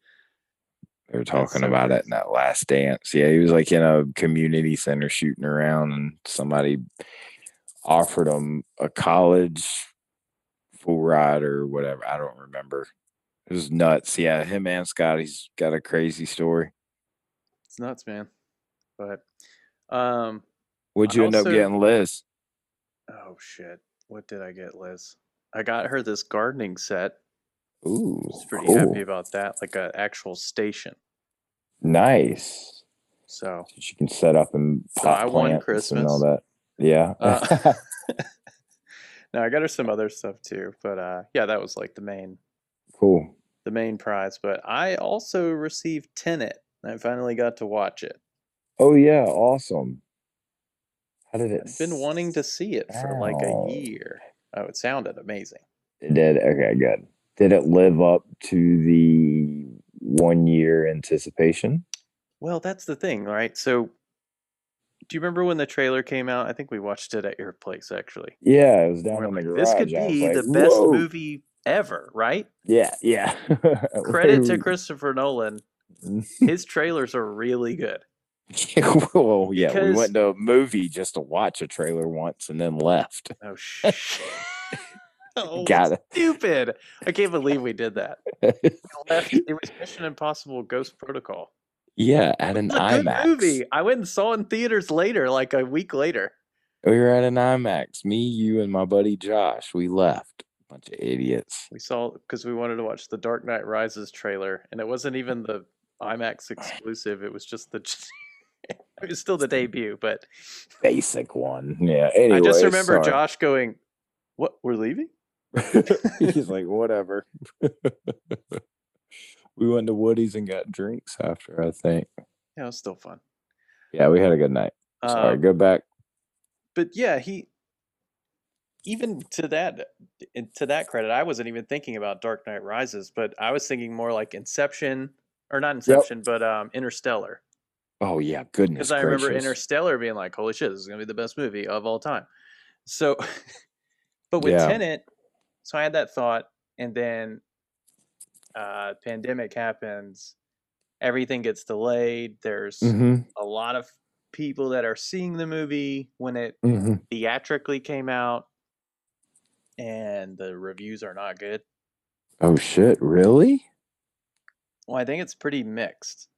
[SPEAKER 2] They were
[SPEAKER 3] That's
[SPEAKER 2] talking
[SPEAKER 3] so
[SPEAKER 2] about it
[SPEAKER 3] crazy.
[SPEAKER 2] in that last dance. Yeah, he was like in a community center shooting around, and somebody offered him a college full ride or whatever. I don't remember. It was nuts. Yeah, him and Scotty's got a crazy story.
[SPEAKER 3] It's nuts, man. But um,
[SPEAKER 2] Would
[SPEAKER 3] I
[SPEAKER 2] you end up
[SPEAKER 3] also-
[SPEAKER 2] getting, Liz?
[SPEAKER 3] oh shit, what did I get, Liz? I got her this gardening set.
[SPEAKER 2] Ooh,
[SPEAKER 3] I was pretty
[SPEAKER 2] cool.
[SPEAKER 3] happy about that, like an actual station.
[SPEAKER 2] nice.
[SPEAKER 3] So
[SPEAKER 2] So she can set up and
[SPEAKER 3] So
[SPEAKER 2] pop
[SPEAKER 3] I won
[SPEAKER 2] plants and all
[SPEAKER 3] Christmas.
[SPEAKER 2] that. Yeah.
[SPEAKER 3] Uh, no, I got her some other stuff too. But uh, yeah, that was like the main
[SPEAKER 2] cool.
[SPEAKER 3] the main prize, but I also received Tenet. and I finally got to watch it.
[SPEAKER 2] Oh yeah, awesome.
[SPEAKER 1] How did it?
[SPEAKER 3] I've been wanting to see it for like
[SPEAKER 1] sound?
[SPEAKER 3] a year. Oh, it sounded amazing.
[SPEAKER 1] It did. Okay, good. Did it live up to the one year anticipation?
[SPEAKER 3] Well, that's the thing, right? So, do you remember when the trailer came out? I think we watched it at your place, actually.
[SPEAKER 1] Yeah, it was down
[SPEAKER 3] We're
[SPEAKER 1] on the
[SPEAKER 3] like,
[SPEAKER 1] garage.
[SPEAKER 3] this could
[SPEAKER 1] I was
[SPEAKER 3] be
[SPEAKER 1] like,
[SPEAKER 3] the best
[SPEAKER 1] "Whoa."
[SPEAKER 3] movie ever, right?
[SPEAKER 1] Yeah, yeah.
[SPEAKER 3] Credit to
[SPEAKER 1] Woo.
[SPEAKER 3] Christopher Nolan. His trailers are really good.
[SPEAKER 2] well, yeah, we
[SPEAKER 3] Because-
[SPEAKER 2] went to a movie just to watch a trailer once and then left.
[SPEAKER 3] Oh shit! oh,
[SPEAKER 2] Got it.
[SPEAKER 3] stupid! I can't believe we did that. We left. It was Mission Impossible: Ghost Protocol.
[SPEAKER 2] Yeah, at an
[SPEAKER 3] It's a good
[SPEAKER 2] IMAX.
[SPEAKER 3] movie. I went and saw it in theaters later, like a week later.
[SPEAKER 2] We were at an IMAX. Me, you, and my buddy Josh. We left. Bunch of idiots.
[SPEAKER 3] We saw because we wanted to watch the Dark Knight Rises trailer, and it wasn't even the IMAX exclusive. It was just the. It was still the debut, but
[SPEAKER 2] Basic one. Yeah. Anyway,
[SPEAKER 3] I just remember
[SPEAKER 2] sorry.
[SPEAKER 3] Josh going, "What? We're leaving?"
[SPEAKER 2] He's like, whatever. we went to Woody's and got drinks after. I think.
[SPEAKER 3] Yeah, it was still fun.
[SPEAKER 2] Yeah, we had a good night. Sorry,
[SPEAKER 3] Um,
[SPEAKER 2] go back.
[SPEAKER 3] but yeah, he even to that and to that credit, I wasn't even thinking about Dark Knight Rises, but I was thinking more like Inception or not Inception, but um, Interstellar,
[SPEAKER 2] Oh yeah, goodness
[SPEAKER 3] because I remember
[SPEAKER 2] gracious.
[SPEAKER 3] Interstellar being like, "Holy shit, this is gonna be the best movie of all time." So, but with
[SPEAKER 2] Yeah.
[SPEAKER 3] Tenant, so I had that thought, and then uh, pandemic happens, everything gets delayed. There's
[SPEAKER 2] Mhm,
[SPEAKER 3] a lot of people that are seeing the movie when it
[SPEAKER 2] mhm.
[SPEAKER 3] theatrically came out and the reviews are not good.
[SPEAKER 2] Oh shit, really?
[SPEAKER 3] Well, I think it's pretty mixed.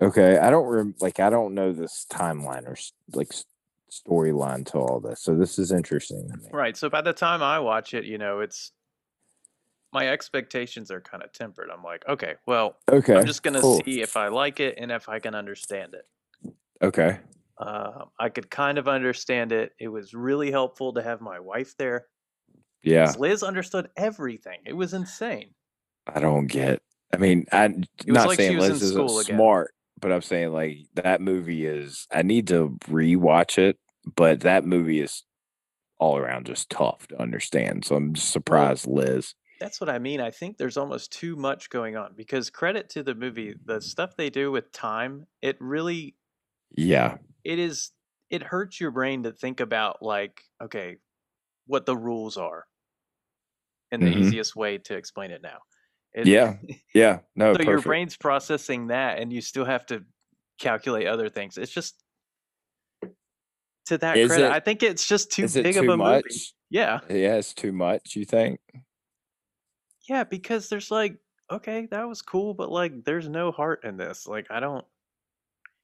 [SPEAKER 2] Okay, I don't rem- like I don't know this timeline or s- like s- storyline to all this, so this is interesting to me.
[SPEAKER 3] Right. So by the time I watch it, you know, it's my expectations are kind of tempered. I'm like, okay, well,
[SPEAKER 2] Okay,
[SPEAKER 3] I'm just going to
[SPEAKER 2] cool.
[SPEAKER 3] see if I like it and if I can understand it.
[SPEAKER 2] Okay,
[SPEAKER 3] Uh, I could kind of understand it. It was really helpful to have my wife there.
[SPEAKER 2] yeah,
[SPEAKER 3] 'cause Liz understood everything. It was insane.
[SPEAKER 2] I don't get. I mean, I not
[SPEAKER 3] like she
[SPEAKER 2] saying
[SPEAKER 3] was in
[SPEAKER 2] Liz isn't
[SPEAKER 3] school again.
[SPEAKER 2] smart, but I'm saying like that movie is. I need to rewatch it, but that movie is all around just tough to understand. So I'm just surprised, Liz.
[SPEAKER 3] That's what I mean. I think there's almost too much going on because credit to the movie,
[SPEAKER 2] Mm-hmm.
[SPEAKER 3] the stuff they do with time, it really
[SPEAKER 2] Yeah,
[SPEAKER 3] it is it hurts your brain to think about like, okay, what the rules are. And the
[SPEAKER 2] Mhm.
[SPEAKER 3] easiest way to explain it now. It-
[SPEAKER 2] Yeah, yeah, no,
[SPEAKER 3] So
[SPEAKER 2] perfect.
[SPEAKER 3] your brain's processing that and you still have to calculate other things. It's just to that
[SPEAKER 2] Is
[SPEAKER 3] credit,
[SPEAKER 2] it-
[SPEAKER 3] I think it's just too
[SPEAKER 2] is it
[SPEAKER 3] big
[SPEAKER 2] too
[SPEAKER 3] of a
[SPEAKER 2] much?
[SPEAKER 3] movie. Yeah.
[SPEAKER 2] Yeah, it's too much. You think?
[SPEAKER 3] Yeah, because there's like, okay, that was cool, but like, there's no heart in this. Like, I don't.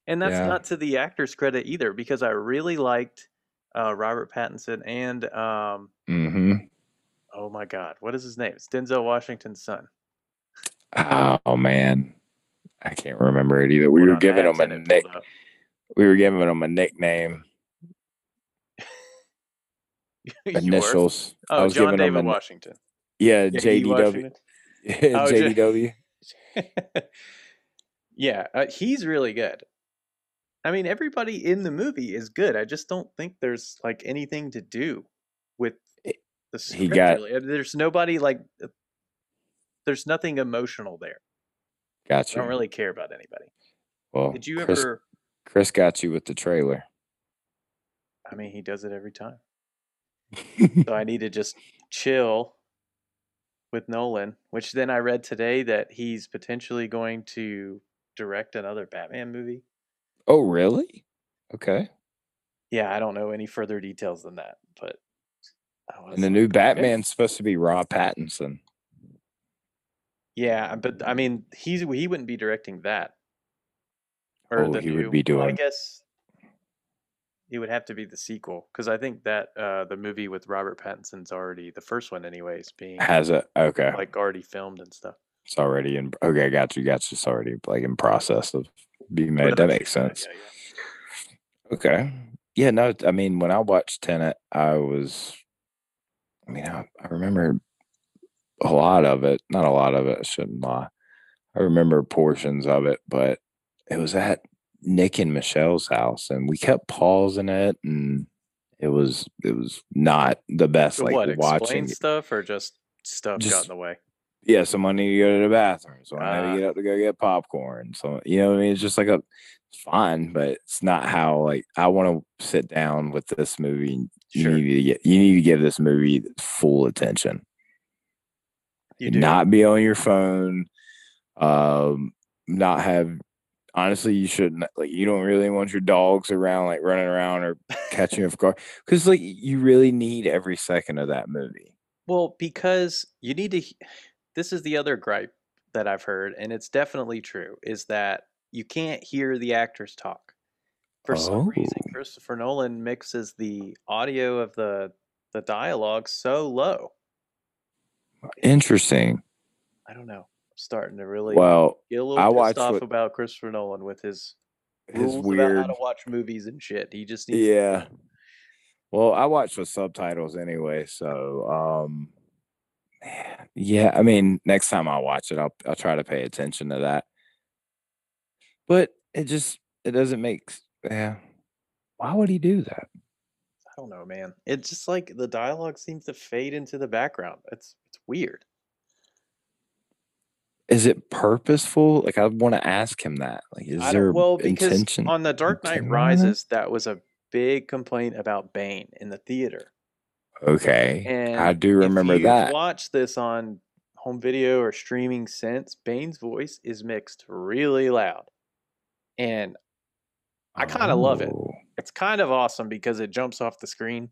[SPEAKER 3] And that's
[SPEAKER 2] Yeah.
[SPEAKER 3] not to the actor's credit either, because I really liked uh, Robert Pattinson and um,
[SPEAKER 2] Mm-hmm.
[SPEAKER 3] oh my God, what is his name? It's Denzel Washington's son.
[SPEAKER 2] Oh man, I can't remember it either. We
[SPEAKER 3] Hold
[SPEAKER 2] were
[SPEAKER 3] on, I
[SPEAKER 2] giving
[SPEAKER 3] had
[SPEAKER 2] him a
[SPEAKER 3] Tenet pulled
[SPEAKER 2] nick.
[SPEAKER 3] up.
[SPEAKER 2] We were giving him a nickname,
[SPEAKER 3] You were?
[SPEAKER 2] initials.
[SPEAKER 3] Oh, John
[SPEAKER 2] giving him
[SPEAKER 3] David
[SPEAKER 2] a-
[SPEAKER 3] Washington.
[SPEAKER 2] Yeah, JDW.
[SPEAKER 3] J.D. Washington.
[SPEAKER 2] Yeah,
[SPEAKER 3] Oh, J-
[SPEAKER 2] JDW.
[SPEAKER 3] yeah, uh, he's really good. I mean, everybody in the movie is good. I just don't think there's like anything to do with
[SPEAKER 2] It-
[SPEAKER 3] the
[SPEAKER 2] he
[SPEAKER 3] script.
[SPEAKER 2] got-
[SPEAKER 3] really. Uh, There's nobody like. uh, There's nothing emotional there. I
[SPEAKER 2] Gotcha.
[SPEAKER 3] don't really care about anybody.
[SPEAKER 2] well,
[SPEAKER 3] Did you
[SPEAKER 2] Chris,
[SPEAKER 3] ever?
[SPEAKER 2] Chris got you with the trailer.
[SPEAKER 3] I mean, he does it every time. So I need to just chill with Nolan. Which then I read today that he's potentially going to direct another Batman movie.
[SPEAKER 2] oh, really? Okay.
[SPEAKER 3] yeah, I don't know any further details than that, but I was
[SPEAKER 2] And the
[SPEAKER 3] like,
[SPEAKER 2] new Batman's supposed to be Rob Pattinson.
[SPEAKER 3] yeah, but I mean, he's he wouldn't be directing that.
[SPEAKER 2] Oh, he would be
[SPEAKER 3] well, I
[SPEAKER 2] doing-
[SPEAKER 3] guess it would have to be the sequel because I think that uh, the movie with Robert Pattinson's already the first one, anyways, being
[SPEAKER 2] Has it? Okay.
[SPEAKER 3] like already filmed and stuff.
[SPEAKER 2] It's already in. Okay, got you. Got you. It's already like in process of being
[SPEAKER 3] Or
[SPEAKER 2] made.
[SPEAKER 3] the-
[SPEAKER 2] That makes
[SPEAKER 3] yeah,
[SPEAKER 2] sense.
[SPEAKER 3] yeah, yeah.
[SPEAKER 2] Okay. Yeah, no, I mean, when I watched Tenet, I was, I mean, I, I remember a lot of it, not a lot of it, I shouldn't lie. I remember portions of it, but it was at Nick and Michelle's house, and we kept pausing it and it was it was not the best.
[SPEAKER 3] So
[SPEAKER 2] like
[SPEAKER 3] what? Explain
[SPEAKER 2] watching, it.
[SPEAKER 3] stuff or just stuff got
[SPEAKER 2] Just-
[SPEAKER 3] in the way.
[SPEAKER 2] yeah, someone needed to go to the bathroom, so I had
[SPEAKER 3] Ah.
[SPEAKER 2] to get up to go get popcorn. So you know, what I mean, it's just like a it's fine, but it's not how like I want to sit down with this movie. and You
[SPEAKER 3] Sure.
[SPEAKER 2] need to get you need to give this movie full attention.
[SPEAKER 3] You
[SPEAKER 2] and
[SPEAKER 3] do.
[SPEAKER 2] not be on your phone. Um, not have. Honestly, you shouldn't like. You don't really want your dogs around, like running around or catching off guard, because like you really need every second of that movie.
[SPEAKER 3] Well, because you need to. h- This is the other gripe that I've heard, and it's definitely true, is that you can't hear the actors talk. For some reason,
[SPEAKER 2] Oh.
[SPEAKER 3] Christopher Nolan mixes the audio of the the dialogue so low.
[SPEAKER 2] Interesting.
[SPEAKER 3] I don't know. I'm starting to really
[SPEAKER 2] Well,
[SPEAKER 3] get a little
[SPEAKER 2] I
[SPEAKER 3] pissed
[SPEAKER 2] watched
[SPEAKER 3] off
[SPEAKER 2] what-
[SPEAKER 3] about Christopher Nolan with his
[SPEAKER 2] his
[SPEAKER 3] rules
[SPEAKER 2] weird.
[SPEAKER 3] about how to watch movies and shit. He just needs
[SPEAKER 2] Yeah. Well, I watch with subtitles anyway, so um yeah, I mean, next time I watch it, I'll I'll try to pay attention to that. But it just it doesn't make s- yeah. Why would he do that?
[SPEAKER 3] I don't know, man. It's just like the dialogue seems to fade into the background. It's it's weird.
[SPEAKER 2] Is it purposeful? Like I want to ask him that. Like is
[SPEAKER 3] I don't-
[SPEAKER 2] there
[SPEAKER 3] well because
[SPEAKER 2] intention?
[SPEAKER 3] on the Dark Knight
[SPEAKER 2] intention behind it?
[SPEAKER 3] Rises that was a big complaint about Bane in the theater.
[SPEAKER 2] okay.
[SPEAKER 3] And
[SPEAKER 2] I do remember
[SPEAKER 3] if you
[SPEAKER 2] that.
[SPEAKER 3] Watch this on home video or streaming since Bane's voice is mixed really loud. And I kinda love it.
[SPEAKER 2] Oh,
[SPEAKER 3] it's kind of awesome because it jumps off the screen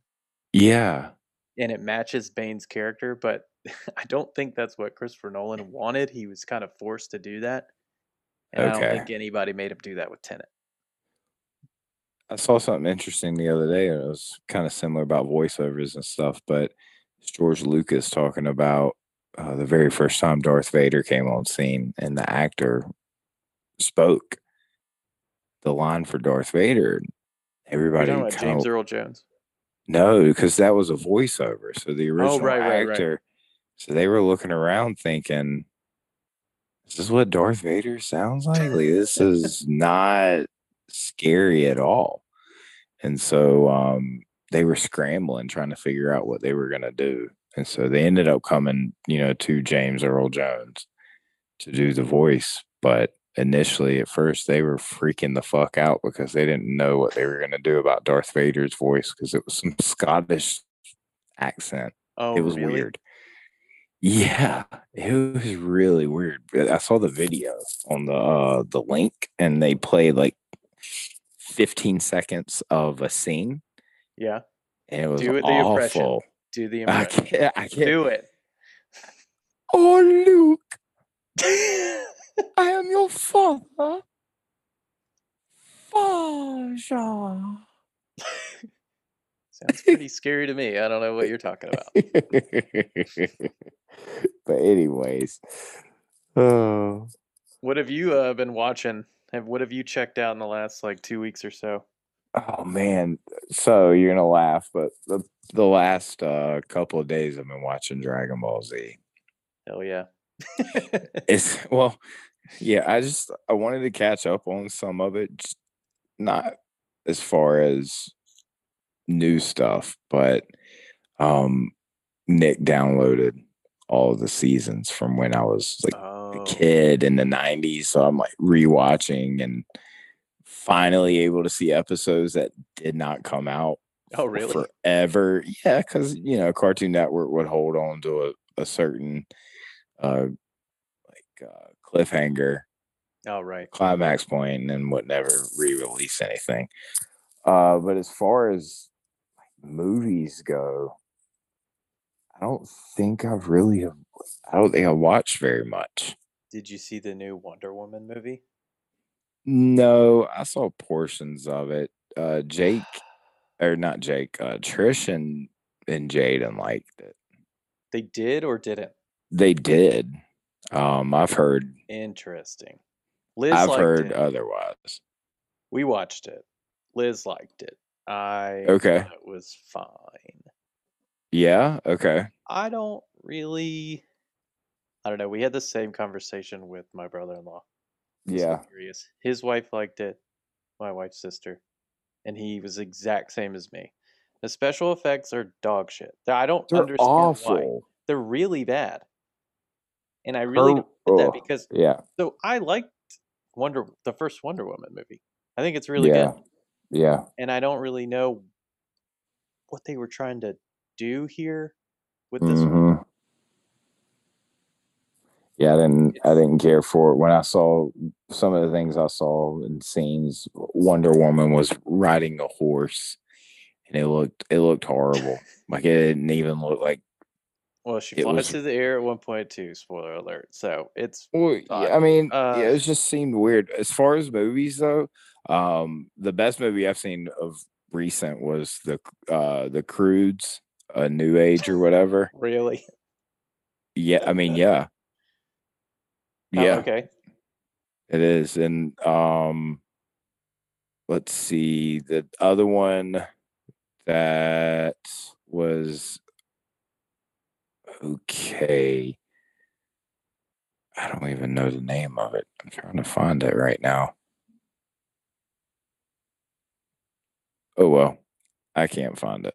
[SPEAKER 2] Yeah.
[SPEAKER 3] and it matches Bane's character, but I don't think that's what Christopher Nolan wanted. He was kind of forced to do that. And I don't
[SPEAKER 2] Okay.
[SPEAKER 3] think anybody made him do that with Tenet.
[SPEAKER 2] I saw something interesting the other day. and It was kind of similar about voiceovers and stuff, but it's George Lucas talking about uh, the very first time Darth Vader came on scene and the actor spoke the line for Darth Vader.
[SPEAKER 3] You're
[SPEAKER 2] Everybody
[SPEAKER 3] talking about
[SPEAKER 2] kind
[SPEAKER 3] James
[SPEAKER 2] of
[SPEAKER 3] Earl Jones.
[SPEAKER 2] no, because that was a voiceover. So the original
[SPEAKER 3] Oh, right, right, right.
[SPEAKER 2] actor. So they were looking around thinking, "Is this what Darth Vader sounds like? Like this is not scary at all." And so um, they were scrambling trying to figure out what they were going to do. And so they ended up coming, you know, to James Earl Jones to do the voice. But initially, at first, they were freaking the fuck out because they didn't know what they were going to do about Darth Vader's voice because it was some Scottish accent.
[SPEAKER 3] Oh,
[SPEAKER 2] it was
[SPEAKER 3] really?
[SPEAKER 2] weird. Yeah, it was really weird. But I saw the video on the uh, the link, and they played like 15 seconds of a scene
[SPEAKER 3] Yeah.
[SPEAKER 2] and it was
[SPEAKER 3] Do it the impression.
[SPEAKER 2] awful.
[SPEAKER 3] Do the
[SPEAKER 2] I
[SPEAKER 3] impression.
[SPEAKER 2] can't. I can't.
[SPEAKER 3] Do it.
[SPEAKER 2] Oh, Luke, I am your father. Faja.
[SPEAKER 3] Sounds pretty scary to me. I don't know what you're talking about.
[SPEAKER 2] but anyways, oh,
[SPEAKER 3] What have you uh, been watching? Have what have you checked out in the last like two weeks or so?
[SPEAKER 2] oh man. So you're gonna laugh, but the the last uh, couple of days I've been watching Dragon Ball Z.
[SPEAKER 3] Hell yeah.
[SPEAKER 2] it's well yeah i just i wanted to catch up on some of it just not as far as new stuff but um nick downloaded all the seasons from when i was like
[SPEAKER 3] oh.
[SPEAKER 2] a kid in the 90s so i'm like rewatching and finally able to see episodes that did not come out
[SPEAKER 3] Oh, really?
[SPEAKER 2] forever yeah because you know cartoon network would hold on to a, a certain uh like uh cliffhanger
[SPEAKER 3] Oh, right.
[SPEAKER 2] climax point and then would never re-release anything uh but as far as like, movies go i don't think i've really have i don't think i watched very much
[SPEAKER 3] Did you see the new Wonder Woman movie?
[SPEAKER 2] No, I saw portions of it. Uh Jake or not Jake, uh Trish and and Jaden liked it.
[SPEAKER 3] They did or didn't?
[SPEAKER 2] They did. Um I've heard
[SPEAKER 3] Interesting. Liz
[SPEAKER 2] I've
[SPEAKER 3] liked
[SPEAKER 2] heard
[SPEAKER 3] it.
[SPEAKER 2] otherwise.
[SPEAKER 3] we watched it. Liz liked it. I
[SPEAKER 2] Okay.
[SPEAKER 3] thought it was fine.
[SPEAKER 2] Yeah, okay.
[SPEAKER 3] I don't really. I don't know. We had the same conversation with my brother-in-law. It's
[SPEAKER 2] Yeah.
[SPEAKER 3] hilarious. His wife liked it. My wife's sister, and he was exact same as me. The special effects are dog shit. I don't
[SPEAKER 1] They're
[SPEAKER 3] understand why.
[SPEAKER 1] awful.
[SPEAKER 3] They're really bad. And I really don't get that
[SPEAKER 1] ugh.
[SPEAKER 3] because
[SPEAKER 1] Yeah,
[SPEAKER 3] so I liked Wonder the first Wonder Woman movie. I think it's really
[SPEAKER 1] Yeah.
[SPEAKER 3] good.
[SPEAKER 1] yeah.
[SPEAKER 3] And I don't really know what they were trying to do here with this one.
[SPEAKER 2] Mm-hmm.
[SPEAKER 1] Mhm. Yeah, I didn't. I
[SPEAKER 3] It's-
[SPEAKER 1] didn't care for it when I saw some of the things I saw in scenes.
[SPEAKER 2] Wonder Woman was riding a horse, and it looked it looked horrible. like it didn't even look like.
[SPEAKER 3] Well, she
[SPEAKER 2] It
[SPEAKER 3] flies
[SPEAKER 2] was-
[SPEAKER 3] through the air at one point too, spoiler alert. So it's
[SPEAKER 2] Well, yeah,
[SPEAKER 3] Uh,
[SPEAKER 2] I mean,
[SPEAKER 3] uh,
[SPEAKER 2] yeah, it just seemed weird. As far as movies though, um, the best movie I've seen of recent was the uh the Crudes, a New Age or whatever.
[SPEAKER 3] really
[SPEAKER 2] Yeah, I mean, yeah,
[SPEAKER 3] Oh,
[SPEAKER 2] yeah.
[SPEAKER 3] okay.
[SPEAKER 2] It is. And um let's see the other one that was okay. I don't even know the name of it. I'm trying to find it right now. Oh well. I can't find it.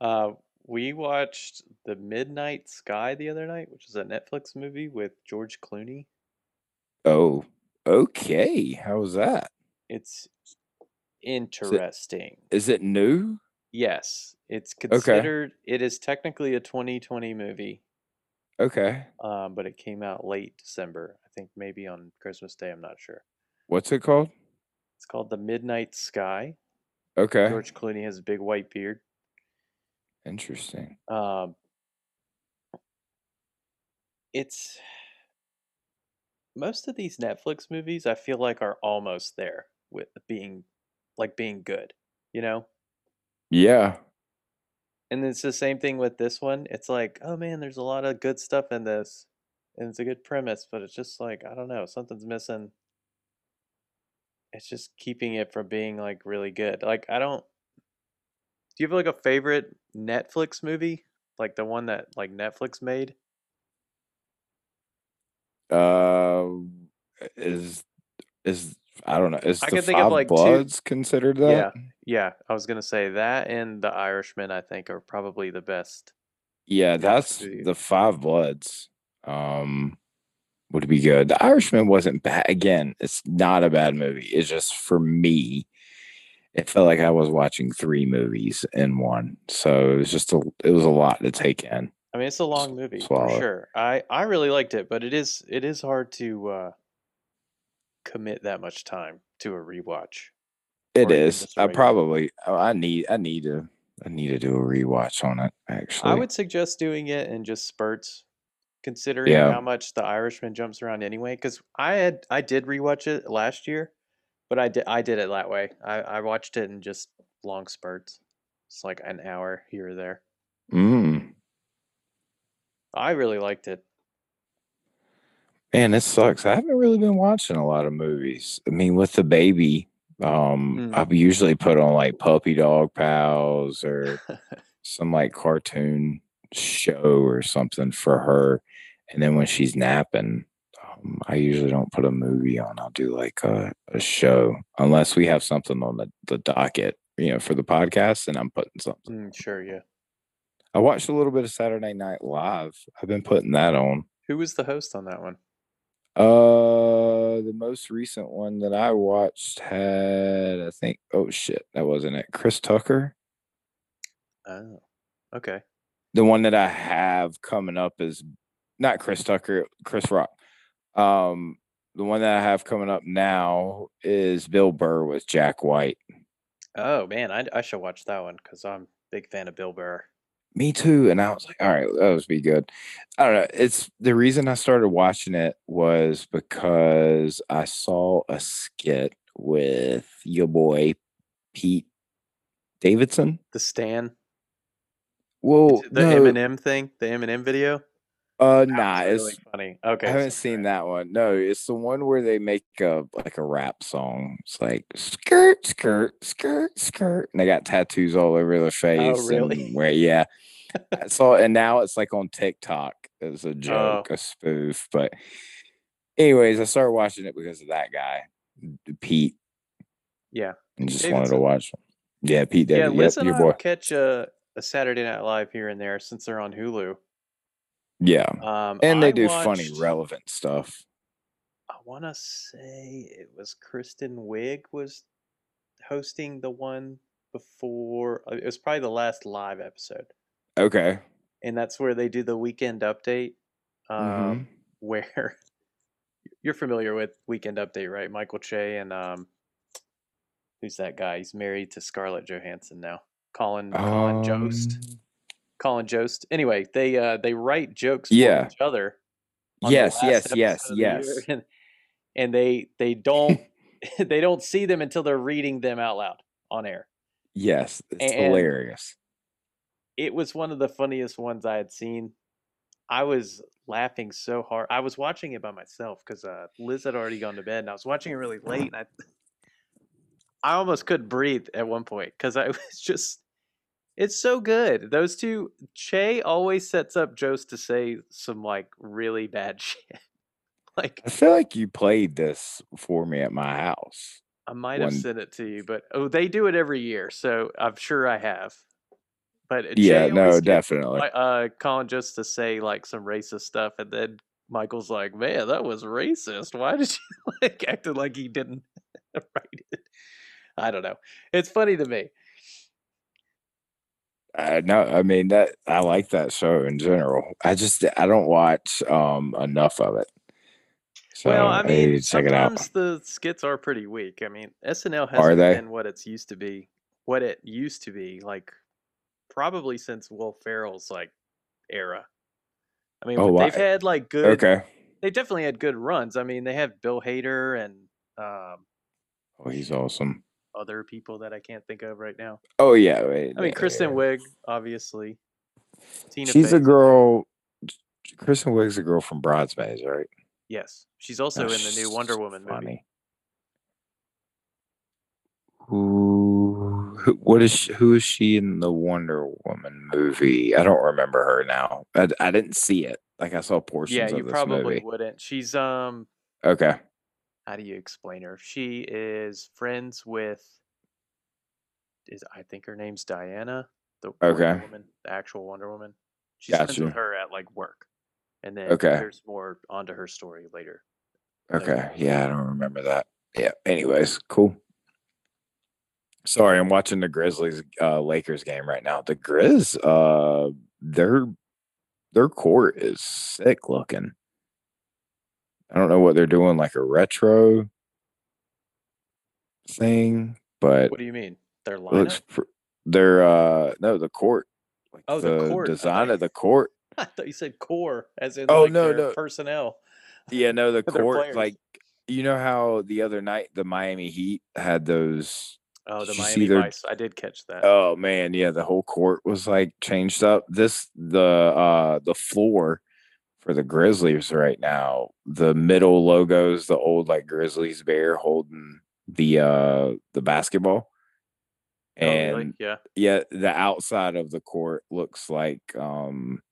[SPEAKER 3] Uh, we watched The Midnight Sky the other night, which is a Netflix movie with George Clooney.
[SPEAKER 2] Oh, okay. How was that?
[SPEAKER 3] It's interesting.
[SPEAKER 2] Is it new?
[SPEAKER 3] Yes, it's considered. It is technically a 2020 movie,
[SPEAKER 2] Okay.
[SPEAKER 3] um, but it came out late December. I think maybe on Christmas Day. I'm not sure.
[SPEAKER 2] What's it called?
[SPEAKER 3] It's called The Midnight Sky.
[SPEAKER 2] Okay.
[SPEAKER 3] George Clooney has a big white beard.
[SPEAKER 2] Interesting.
[SPEAKER 3] Um, it's most of these Netflix movies I feel like are almost there with being like being good, you know?
[SPEAKER 2] Yeah.
[SPEAKER 3] And it's the same thing with this one. It's like, oh man, there's a lot of good stuff in this. And it's a good premise, but it's just like, I don't know, something's missing. It's just keeping it from being like really good. Like, I don't. Do you have like a favorite Netflix movie? Like the one that like Netflix made?
[SPEAKER 2] Uh, is is I don't know. Is
[SPEAKER 3] I
[SPEAKER 2] the
[SPEAKER 3] can think of,
[SPEAKER 2] Five
[SPEAKER 3] like, two-
[SPEAKER 2] Bloods considered that? Yeah.
[SPEAKER 3] Yeah, I was gonna say that and The Irishman, I think, are probably the best.
[SPEAKER 2] that's
[SPEAKER 3] see.
[SPEAKER 2] the Five Bloods. Um, would be good. The Irishman wasn't bad. Again, it's not a bad movie. It's just for me, it felt like I was watching three movies in one. So it was just a it was a lot to take in.
[SPEAKER 3] I mean, it's a long movie for
[SPEAKER 2] swallow.
[SPEAKER 3] sure. I I really liked it, but it is it is hard to uh commit that much time to a rewatch.
[SPEAKER 2] It
[SPEAKER 3] Or even
[SPEAKER 2] is.
[SPEAKER 3] just a
[SPEAKER 2] I
[SPEAKER 3] regular-
[SPEAKER 2] probably oh, I I need I need to I need to do a rewatch on it. Actually,
[SPEAKER 3] I would suggest doing it in just spurts, considering
[SPEAKER 2] Yeah.
[SPEAKER 3] how much The Irishman jumps around anyway. Because I had I did rewatch it last year, but I did I did it that way. I I watched it in just long spurts. It's like an hour here or there.
[SPEAKER 2] Mm.
[SPEAKER 3] I really liked it.
[SPEAKER 2] Man, this sucks. I haven't really been watching a lot of movies. I mean, with the baby, um,
[SPEAKER 3] Mm.
[SPEAKER 2] I've usually put on like Puppy Dog Pals or some like cartoon show or something for her. And then when she's napping, um, I usually don't put a movie on. I'll do like a, a show unless we have something on the, the docket, you know, for the podcast and I'm putting something.
[SPEAKER 3] Mm, sure, yeah.
[SPEAKER 2] I watched a little bit of Saturday Night Live. I've been putting that on.
[SPEAKER 3] Who was the host on that one?
[SPEAKER 2] Uh, the most recent one that I watched had, I think, oh shit, that wasn't it. Chris Tucker.
[SPEAKER 3] Oh, okay.
[SPEAKER 2] The one that I have coming up is not Chris Tucker, Chris Rock. Um, the one that I have coming up now is Bill Burr with Jack White.
[SPEAKER 3] Oh man, I, I should watch that one because I'm a big fan of Bill Burr.
[SPEAKER 2] Me too. And I was like, all right, that was be good. I don't know. It's the reason I started watching it was because I saw a skit with your boy Pete Davidson.
[SPEAKER 3] The Stan,
[SPEAKER 2] Well,
[SPEAKER 3] the
[SPEAKER 2] Oh, no,
[SPEAKER 3] Eminem thing, the Eminem video.
[SPEAKER 2] uh,
[SPEAKER 3] That
[SPEAKER 2] nah,
[SPEAKER 3] was really
[SPEAKER 2] it's
[SPEAKER 3] funny. Okay,
[SPEAKER 2] I haven't
[SPEAKER 3] so-
[SPEAKER 2] seen that one. No, it's the one where they make a like a rap song. It's like skirt, skirt, skirt, skirt, and they got tattoos all over their face.
[SPEAKER 3] Oh, really?
[SPEAKER 2] and Where yeah, I saw, and now it's like on TikTok. It
[SPEAKER 3] Oh.
[SPEAKER 2] was a joke, a spoof. But anyways, I started watching it because of that guy, Pete.
[SPEAKER 3] Yeah,
[SPEAKER 2] and just wanted to
[SPEAKER 3] Davidson.
[SPEAKER 2] watch. him. Yeah, Pete Davidson.
[SPEAKER 3] yeah,
[SPEAKER 2] yep,
[SPEAKER 3] listen,
[SPEAKER 2] your
[SPEAKER 3] I'll
[SPEAKER 2] boy.
[SPEAKER 3] catch a, a Saturday Night Live here and there since they're on Hulu.
[SPEAKER 2] Yeah.
[SPEAKER 3] Um,
[SPEAKER 2] And they
[SPEAKER 3] I
[SPEAKER 2] do funny,
[SPEAKER 3] watched-
[SPEAKER 2] relevant stuff.
[SPEAKER 3] I want to say it was Kristen Wiig was hosting the one before. uh, It was probably the last live episode,
[SPEAKER 2] Okay.
[SPEAKER 3] and that's where they do the weekend update, um,
[SPEAKER 2] Mhm.
[SPEAKER 3] where you're familiar with Weekend Update, right? Michael Che and um, who's that guy? He's married to Scarlett Johansson now. Colin, Colin Jost.
[SPEAKER 2] Um,
[SPEAKER 3] Colin Jost. Anyway, they uh they write jokes
[SPEAKER 2] Yeah.
[SPEAKER 3] for each other. on the
[SPEAKER 2] Yes,
[SPEAKER 3] last
[SPEAKER 2] yes, yes,
[SPEAKER 3] episode of the year,
[SPEAKER 2] yes.
[SPEAKER 3] And, and they they don't they don't see them until they're reading them out loud on air.
[SPEAKER 2] Yes. It's
[SPEAKER 3] And-
[SPEAKER 2] hilarious.
[SPEAKER 3] It was one of the funniest ones I had seen. I was laughing so hard. I was watching it by myself because uh, Liz had already gone to bed, and I was watching it really late. And I I almost couldn't breathe at one point because I was just. It's so good. Those two, Che always sets up Jost to say some like really bad shit. like
[SPEAKER 2] I feel like you played this for me at my house.
[SPEAKER 3] I might have
[SPEAKER 2] one-
[SPEAKER 3] sent it to you, but oh, they do it every year, so I'm sure I have. But uh,
[SPEAKER 2] yeah,
[SPEAKER 3] Jay
[SPEAKER 2] no,
[SPEAKER 3] always gets,
[SPEAKER 2] definitely.
[SPEAKER 3] like, Uh, Colin just to say like some racist stuff, and then Michael's like, "Man, that was racist. Why did you like acted like he didn't write it?" I don't know. It's funny to me.
[SPEAKER 2] I no, I mean that I like that show in general. I just I don't watch um enough of it. So
[SPEAKER 3] well, I
[SPEAKER 2] I
[SPEAKER 3] mean,
[SPEAKER 2] need to check it out.
[SPEAKER 3] sometimes the skits are pretty weak. I mean, SNL
[SPEAKER 2] Are
[SPEAKER 3] hasn't
[SPEAKER 2] they?
[SPEAKER 3] been what it's used to be. What it used to be, like probably since Will Ferrell's like era. I mean,
[SPEAKER 2] Oh,
[SPEAKER 3] but they've
[SPEAKER 2] I-
[SPEAKER 3] had like good.
[SPEAKER 2] Okay.
[SPEAKER 3] They definitely had good runs. I mean, they have Bill Hader and um,
[SPEAKER 2] Oh, he's awesome.
[SPEAKER 3] other people that I can't think of right now.
[SPEAKER 2] Oh yeah. Wait,
[SPEAKER 3] I mean, Kristen
[SPEAKER 2] yeah.
[SPEAKER 3] Wiig, obviously. Tina
[SPEAKER 2] She's a
[SPEAKER 3] Fey,
[SPEAKER 2] girl. Kristen Wiig's a girl from Bridesmaids, right?
[SPEAKER 3] Yes, she's also in the new Wonder Woman movie.
[SPEAKER 2] Who, who? What is? She, who is she in the Wonder Woman movie? I don't remember her now. I, d- I didn't see it. Like I saw portions.
[SPEAKER 3] Yeah,
[SPEAKER 2] of
[SPEAKER 3] you
[SPEAKER 2] this
[SPEAKER 3] probably
[SPEAKER 2] movie.
[SPEAKER 3] wouldn't. She's um
[SPEAKER 2] Okay.
[SPEAKER 3] how do you explain her? She is friends with is I think her name's Diana, the Wonder
[SPEAKER 2] Okay.
[SPEAKER 3] woman, the actual Wonder Woman. She's friends with
[SPEAKER 2] Gotcha.
[SPEAKER 3] her at like work. And then
[SPEAKER 2] Okay.
[SPEAKER 3] there's more onto her story later.
[SPEAKER 2] Okay. Yeah, I don't remember that. Yeah. Anyways, cool. Sorry, I'm watching the Grizzlies uh Lakers game right now. The Grizz uh their their court is sick looking. I don't know what they're doing like a retro thing, but
[SPEAKER 3] What do you mean? Their
[SPEAKER 2] it
[SPEAKER 3] lineup?
[SPEAKER 2] looks pr- they're uh no, the court like
[SPEAKER 3] Oh, the
[SPEAKER 2] the,
[SPEAKER 3] court, I
[SPEAKER 2] design
[SPEAKER 3] thought-
[SPEAKER 2] of the court.
[SPEAKER 3] I thought you said core as in
[SPEAKER 2] Oh,
[SPEAKER 3] like
[SPEAKER 2] no,
[SPEAKER 3] their
[SPEAKER 2] no.
[SPEAKER 3] personnel.
[SPEAKER 2] Yeah, no, the
[SPEAKER 3] their
[SPEAKER 2] court
[SPEAKER 3] players.
[SPEAKER 2] like you know how the other night the Miami Heat had those
[SPEAKER 3] Oh, the
[SPEAKER 2] Did you see
[SPEAKER 3] Miami
[SPEAKER 2] their-
[SPEAKER 3] Vice. I did catch that.
[SPEAKER 2] Oh man, yeah, the whole court was like changed up. This the uh the floor for the Grizzlies right now. The middle logos, the old like Grizzlies bear holding the uh the basketball.
[SPEAKER 3] Oh,
[SPEAKER 2] And
[SPEAKER 3] really? Yeah.
[SPEAKER 2] yeah, the outside of the court looks like um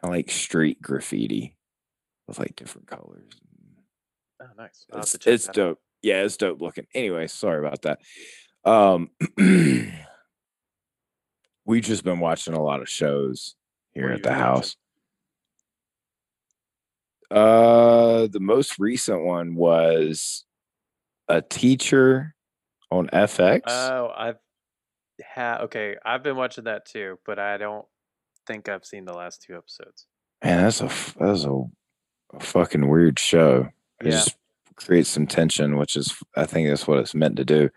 [SPEAKER 2] kind of like street graffiti with like different colors.
[SPEAKER 3] Oh, nice. I'll have
[SPEAKER 2] It's,
[SPEAKER 3] to check
[SPEAKER 2] it's
[SPEAKER 3] that out.
[SPEAKER 2] dope. Yeah, it's dope looking. Anyway, sorry about that. Um, we've just been watching a lot of shows here
[SPEAKER 3] What
[SPEAKER 2] at
[SPEAKER 3] you
[SPEAKER 2] the
[SPEAKER 3] been watching?
[SPEAKER 2] house. Uh, the most recent one was a teacher on FX.
[SPEAKER 3] Oh, I've ha okay, I've been watching that too, but I don't think I've seen the last two episodes.
[SPEAKER 2] Man, that's a f- that's a, a fucking weird show. It
[SPEAKER 3] Yeah.
[SPEAKER 2] just creates some tension, which is I think that's what it's meant to do.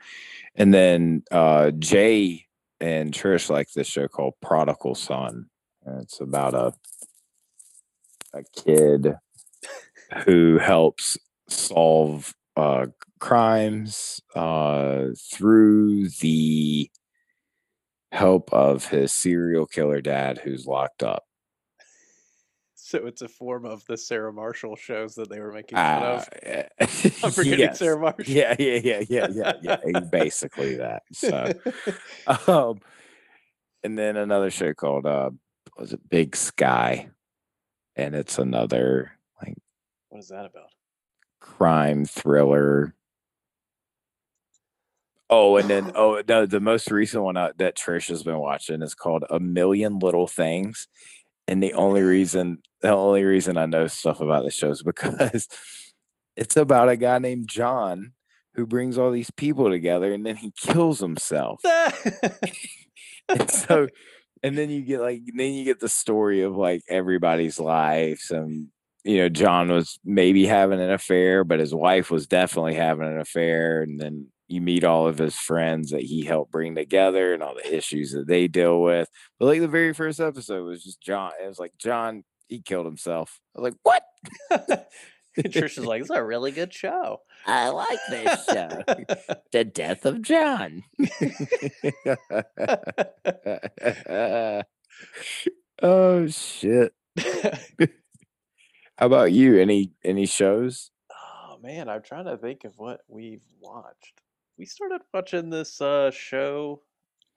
[SPEAKER 2] And then uh Jay and Trish like this show called Prodigal Son. And it's about a a kid who helps solve uh crimes uh through the help of his serial killer dad who's locked up.
[SPEAKER 3] So it's a form of the Sarah Marshall shows that they were making fun
[SPEAKER 2] Uh,
[SPEAKER 3] of.
[SPEAKER 2] yeah.
[SPEAKER 3] I'm forgetting
[SPEAKER 2] Yes.
[SPEAKER 3] Sarah Marshall.
[SPEAKER 2] Yeah, yeah, yeah, yeah, yeah, yeah. e- Basically that. So, um, and then another show called uh, was it Big Sky, and it's another like
[SPEAKER 3] what is that about?
[SPEAKER 2] crime thriller. Oh, and then oh no, the most recent one uh, that Trish has been watching is called A Million Little Things, and the only reason the only reason I know stuff about the show is because it's about a guy named John who brings all these people together and then he kills himself. and so and then you get like then you get the story of like everybody's lives and you know john was maybe having an affair but his wife was definitely having an affair and then you meet all of his friends that he helped bring together and all the issues that they deal with but like the very first episode was just john it was like john he killed himself i was like what
[SPEAKER 3] Trish is like, it's a really good show.
[SPEAKER 2] i like the death of john oh shit how about you any any shows
[SPEAKER 3] oh man, I'm trying to think of what we've watched. We started watching this uh, show,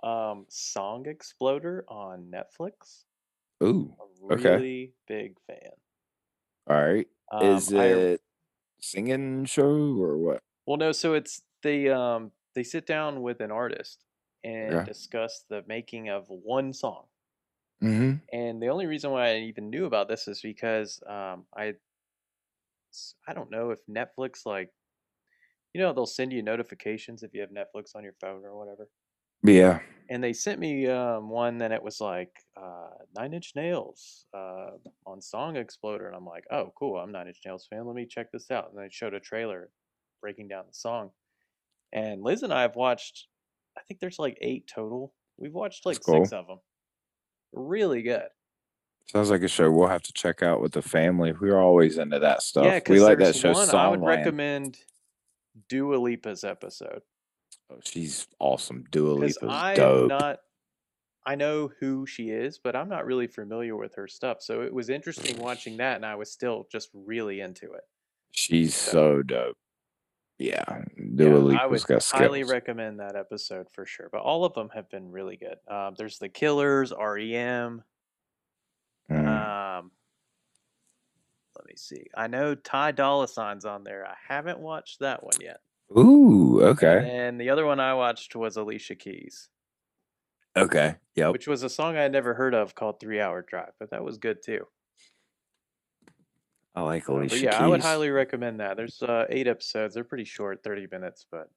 [SPEAKER 3] um, Song Exploder on Netflix.
[SPEAKER 2] ooh
[SPEAKER 3] I'm a
[SPEAKER 2] Okay.
[SPEAKER 3] really big fan.
[SPEAKER 2] all right
[SPEAKER 3] Um,
[SPEAKER 2] is
[SPEAKER 3] I-
[SPEAKER 2] it singing show or what
[SPEAKER 3] Well, no. So it's they um they sit down with an artist and
[SPEAKER 2] Yeah.
[SPEAKER 3] discuss the making of one song.
[SPEAKER 2] mm-hmm.
[SPEAKER 3] And the only reason why I even knew about this is because um I s- I don't know if Netflix like you know they'll send you notifications if you have Netflix on your phone or whatever.
[SPEAKER 2] yeah
[SPEAKER 3] And they sent me um, one that it was like uh, Nine Inch Nails uh, on Song Exploder, and I'm like, oh, cool, I'm a Nine Inch Nails fan. Let me check this out. And they showed a trailer breaking down the song. And Liz and I have watched, I think there's like eight total. We've watched like
[SPEAKER 2] That's
[SPEAKER 3] six
[SPEAKER 2] cool.
[SPEAKER 3] of them. Really good.
[SPEAKER 2] Sounds like a show we'll have to check out with the family. We're always into that stuff.
[SPEAKER 3] Yeah,
[SPEAKER 2] we
[SPEAKER 3] because
[SPEAKER 2] like that
[SPEAKER 3] there's
[SPEAKER 2] show.
[SPEAKER 3] one I would
[SPEAKER 2] Songland.
[SPEAKER 3] recommend Dua Lipa's episode.
[SPEAKER 2] Oh, She's awesome. Dua
[SPEAKER 3] Because
[SPEAKER 2] Lipa's
[SPEAKER 3] I am
[SPEAKER 2] dope.
[SPEAKER 3] not, I know who she is, but I'm not really familiar with her stuff. So it was interesting watching that, and I was still just really into it.
[SPEAKER 2] She's so dope. Yeah,
[SPEAKER 3] Yeah,
[SPEAKER 2] Dua
[SPEAKER 3] I
[SPEAKER 2] Lipa's
[SPEAKER 3] would
[SPEAKER 2] got skills.
[SPEAKER 3] highly recommend that episode for sure. But all of them have been really good. Um, there's The Killers, REM.
[SPEAKER 2] Mm.
[SPEAKER 3] Um, let me see. I know Ty Dolla Sign's on there. I haven't watched that one yet.
[SPEAKER 2] Ooh,
[SPEAKER 3] And
[SPEAKER 2] okay,
[SPEAKER 3] then the other one I watched was Alicia Keys,
[SPEAKER 2] okay, yep.
[SPEAKER 3] which was a song I had never heard of called Three Hour Drive, but that was good too.
[SPEAKER 2] I like
[SPEAKER 3] Uh,
[SPEAKER 2] Alicia
[SPEAKER 3] but yeah, I would
[SPEAKER 2] Keys.
[SPEAKER 3] highly recommend that. There's uh, eight episodes. They're pretty short, 30 minutes, but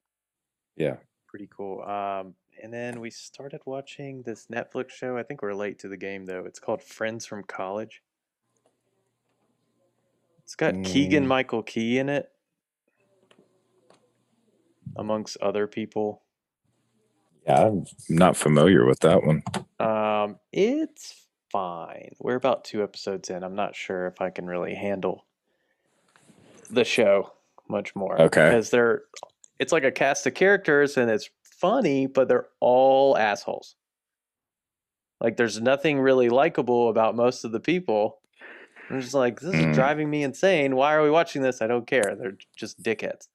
[SPEAKER 2] Yeah.
[SPEAKER 3] pretty cool. Um, and then we started watching this Netflix show. I think we're late to the game though. It's called Friends from College. It's got Keegan
[SPEAKER 2] Mm.
[SPEAKER 3] Michael Key in it, amongst other people.
[SPEAKER 2] yeah, I'm not familiar with that one.
[SPEAKER 3] Um, it's fine. We're about two episodes in. I'm not sure if I can really handle the show much more.
[SPEAKER 2] Okay.
[SPEAKER 3] Because they're it's like a cast of characters and it's funny, but they're all assholes. Like there's nothing really likable about most of the people. I'm just like, this
[SPEAKER 2] Mm.
[SPEAKER 3] is driving me insane. Why are we watching this? I don't care. They're just dickheads.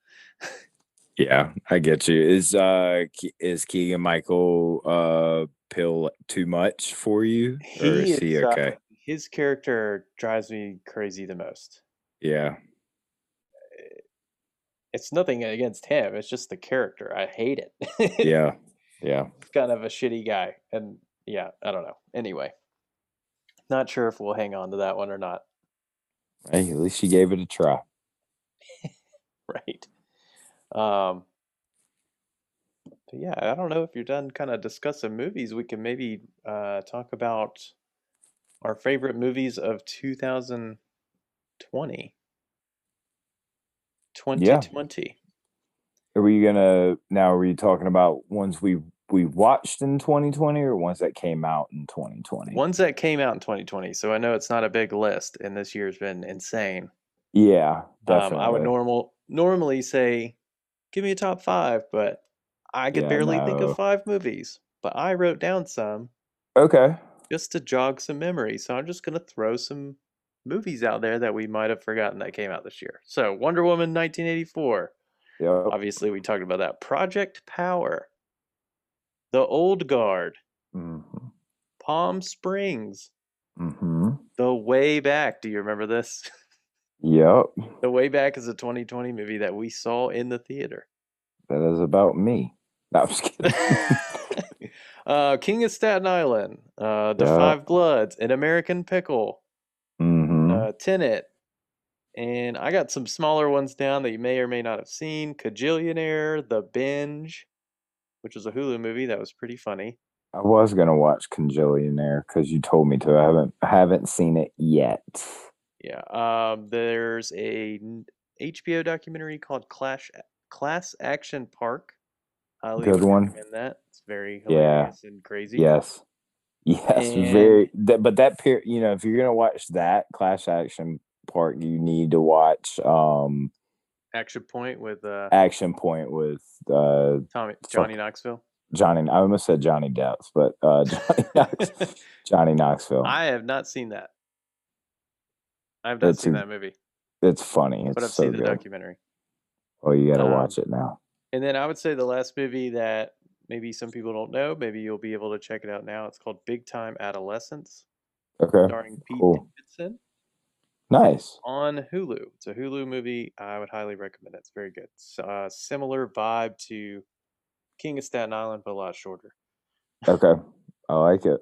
[SPEAKER 2] Yeah, I get you. Is uh Ke- is Keegan Michael uh pill too much for you, or is, he
[SPEAKER 3] uh,
[SPEAKER 2] okay?
[SPEAKER 3] his character drives me crazy the most.
[SPEAKER 2] yeah,
[SPEAKER 3] it's nothing against him. It's just the character. I hate it.
[SPEAKER 2] yeah, yeah.
[SPEAKER 3] He's kind of a shitty guy. And yeah, I don't know. Anyway, not sure if we'll hang on to that one or not.
[SPEAKER 2] Hey, at least she gave it a try.
[SPEAKER 3] Right. Um, but yeah, I don't know if you're done kind of discussing movies. We can maybe uh, talk about our favorite movies of 2020. 2020.
[SPEAKER 2] Are we gonna now? Are we talking about ones we we watched in 2020 or ones that came out in 2020?
[SPEAKER 3] Ones that came out in 2020. So I know it's not a big list, and this year's been insane.
[SPEAKER 2] yeah,
[SPEAKER 3] Um,
[SPEAKER 2] definitely.
[SPEAKER 3] I would normal normally say, give me a top five, but I could
[SPEAKER 2] Yeah,
[SPEAKER 3] barely think
[SPEAKER 2] no.
[SPEAKER 3] of five movies. But I wrote down some
[SPEAKER 2] okay.
[SPEAKER 3] just to jog some memory. So I'm just gonna throw some movies out there that we might have forgotten that came out this year. So Wonder Woman 1984.
[SPEAKER 2] Yeah.
[SPEAKER 3] Obviously, we talked about that. Project Power. The Old Guard.
[SPEAKER 2] Mhm,
[SPEAKER 3] Palm Springs.
[SPEAKER 2] mhm.
[SPEAKER 3] The Way Back. Do you remember this?
[SPEAKER 2] Yep.
[SPEAKER 3] the Way Back is a 2020 movie that we saw in the theater.
[SPEAKER 2] That is about me. No, I'm just kidding.
[SPEAKER 3] uh, King of Staten Island, uh, The
[SPEAKER 2] Yeah.
[SPEAKER 3] Five Bloods, An American Pickle,
[SPEAKER 2] Mm-hmm.
[SPEAKER 1] hmm
[SPEAKER 3] uh, Tenet, and I got some smaller ones down that you may or may not have seen: Cajillionaire, The Binge, which was a Hulu movie that was pretty funny.
[SPEAKER 2] I was gonna watch Congillionaire because you told me to. I haven't I haven't seen it yet.
[SPEAKER 3] Yeah, um, there's a n- HBO documentary called Clash Class Action Park. Highly
[SPEAKER 2] Good one.
[SPEAKER 3] recommend That it's very
[SPEAKER 2] Yeah.
[SPEAKER 3] hilarious and crazy.
[SPEAKER 2] Yes. Yes, very. That, but that period, you know, if you're gonna watch that Clash Action Park, you need to watch um
[SPEAKER 3] Action Point with uh,
[SPEAKER 2] Action Point with uh
[SPEAKER 3] Tommy
[SPEAKER 2] fuck.
[SPEAKER 3] Johnny Knoxville.
[SPEAKER 2] Johnny. I almost said Johnny Depp's, but uh Johnny, Knox, Johnny Knoxville.
[SPEAKER 3] I have not seen that. I've not
[SPEAKER 2] That's
[SPEAKER 3] seen
[SPEAKER 2] in-
[SPEAKER 3] that movie,
[SPEAKER 2] it's funny.
[SPEAKER 3] but
[SPEAKER 2] It's
[SPEAKER 3] I've
[SPEAKER 2] so
[SPEAKER 3] seen the
[SPEAKER 2] good.
[SPEAKER 3] documentary.
[SPEAKER 2] oh, you gotta
[SPEAKER 3] um,
[SPEAKER 2] watch it now.
[SPEAKER 3] And then I would say the last movie that maybe some people don't know, maybe you'll be able to check it out now. It's called Big Time Adolescence,
[SPEAKER 2] Okay.
[SPEAKER 3] starring Pete
[SPEAKER 2] cool.
[SPEAKER 3] Davidson
[SPEAKER 2] Nice.
[SPEAKER 3] on Hulu. It's a Hulu movie. I would highly recommend it. It's very good. It's uh, similar vibe to King of Staten Island, but a lot shorter.
[SPEAKER 2] Okay. I like it.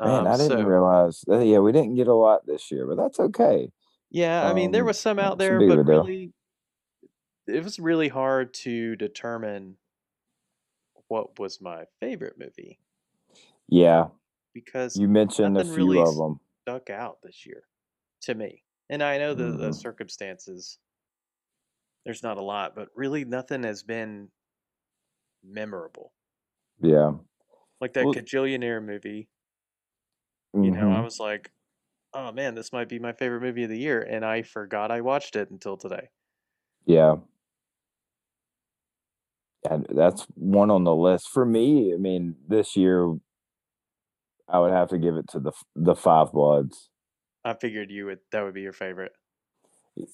[SPEAKER 2] Man,
[SPEAKER 3] Um,
[SPEAKER 2] I didn't
[SPEAKER 3] so-
[SPEAKER 2] realize. uh, yeah, we didn't get a lot this year, but that's okay.
[SPEAKER 3] Yeah, I mean, there
[SPEAKER 2] Um,
[SPEAKER 3] was some out
[SPEAKER 2] some
[SPEAKER 3] there,
[SPEAKER 2] big
[SPEAKER 3] but
[SPEAKER 2] of a deal.
[SPEAKER 3] really, it was really hard to determine what was my favorite movie
[SPEAKER 2] Yeah,
[SPEAKER 3] because
[SPEAKER 2] you mentioned a
[SPEAKER 3] nothing
[SPEAKER 2] few
[SPEAKER 3] really
[SPEAKER 2] of
[SPEAKER 3] s-
[SPEAKER 2] 'em. of them.
[SPEAKER 3] stuck out this year to me. And I know the, the
[SPEAKER 2] Mhm.
[SPEAKER 3] circumstances, there's not a lot, but really nothing has been memorable.
[SPEAKER 2] Yeah.
[SPEAKER 3] Like that
[SPEAKER 2] Well-
[SPEAKER 3] Cajillionaire movie, you know, I
[SPEAKER 2] mhm.
[SPEAKER 3] was like, oh man, this might be my favorite movie of the year. And I forgot I watched it until today.
[SPEAKER 2] Yeah. Yeah, that's one on the list for me. I mean, this year, I would have to give it to the f- the Five Bloods.
[SPEAKER 3] I figured you would, that would be your favorite.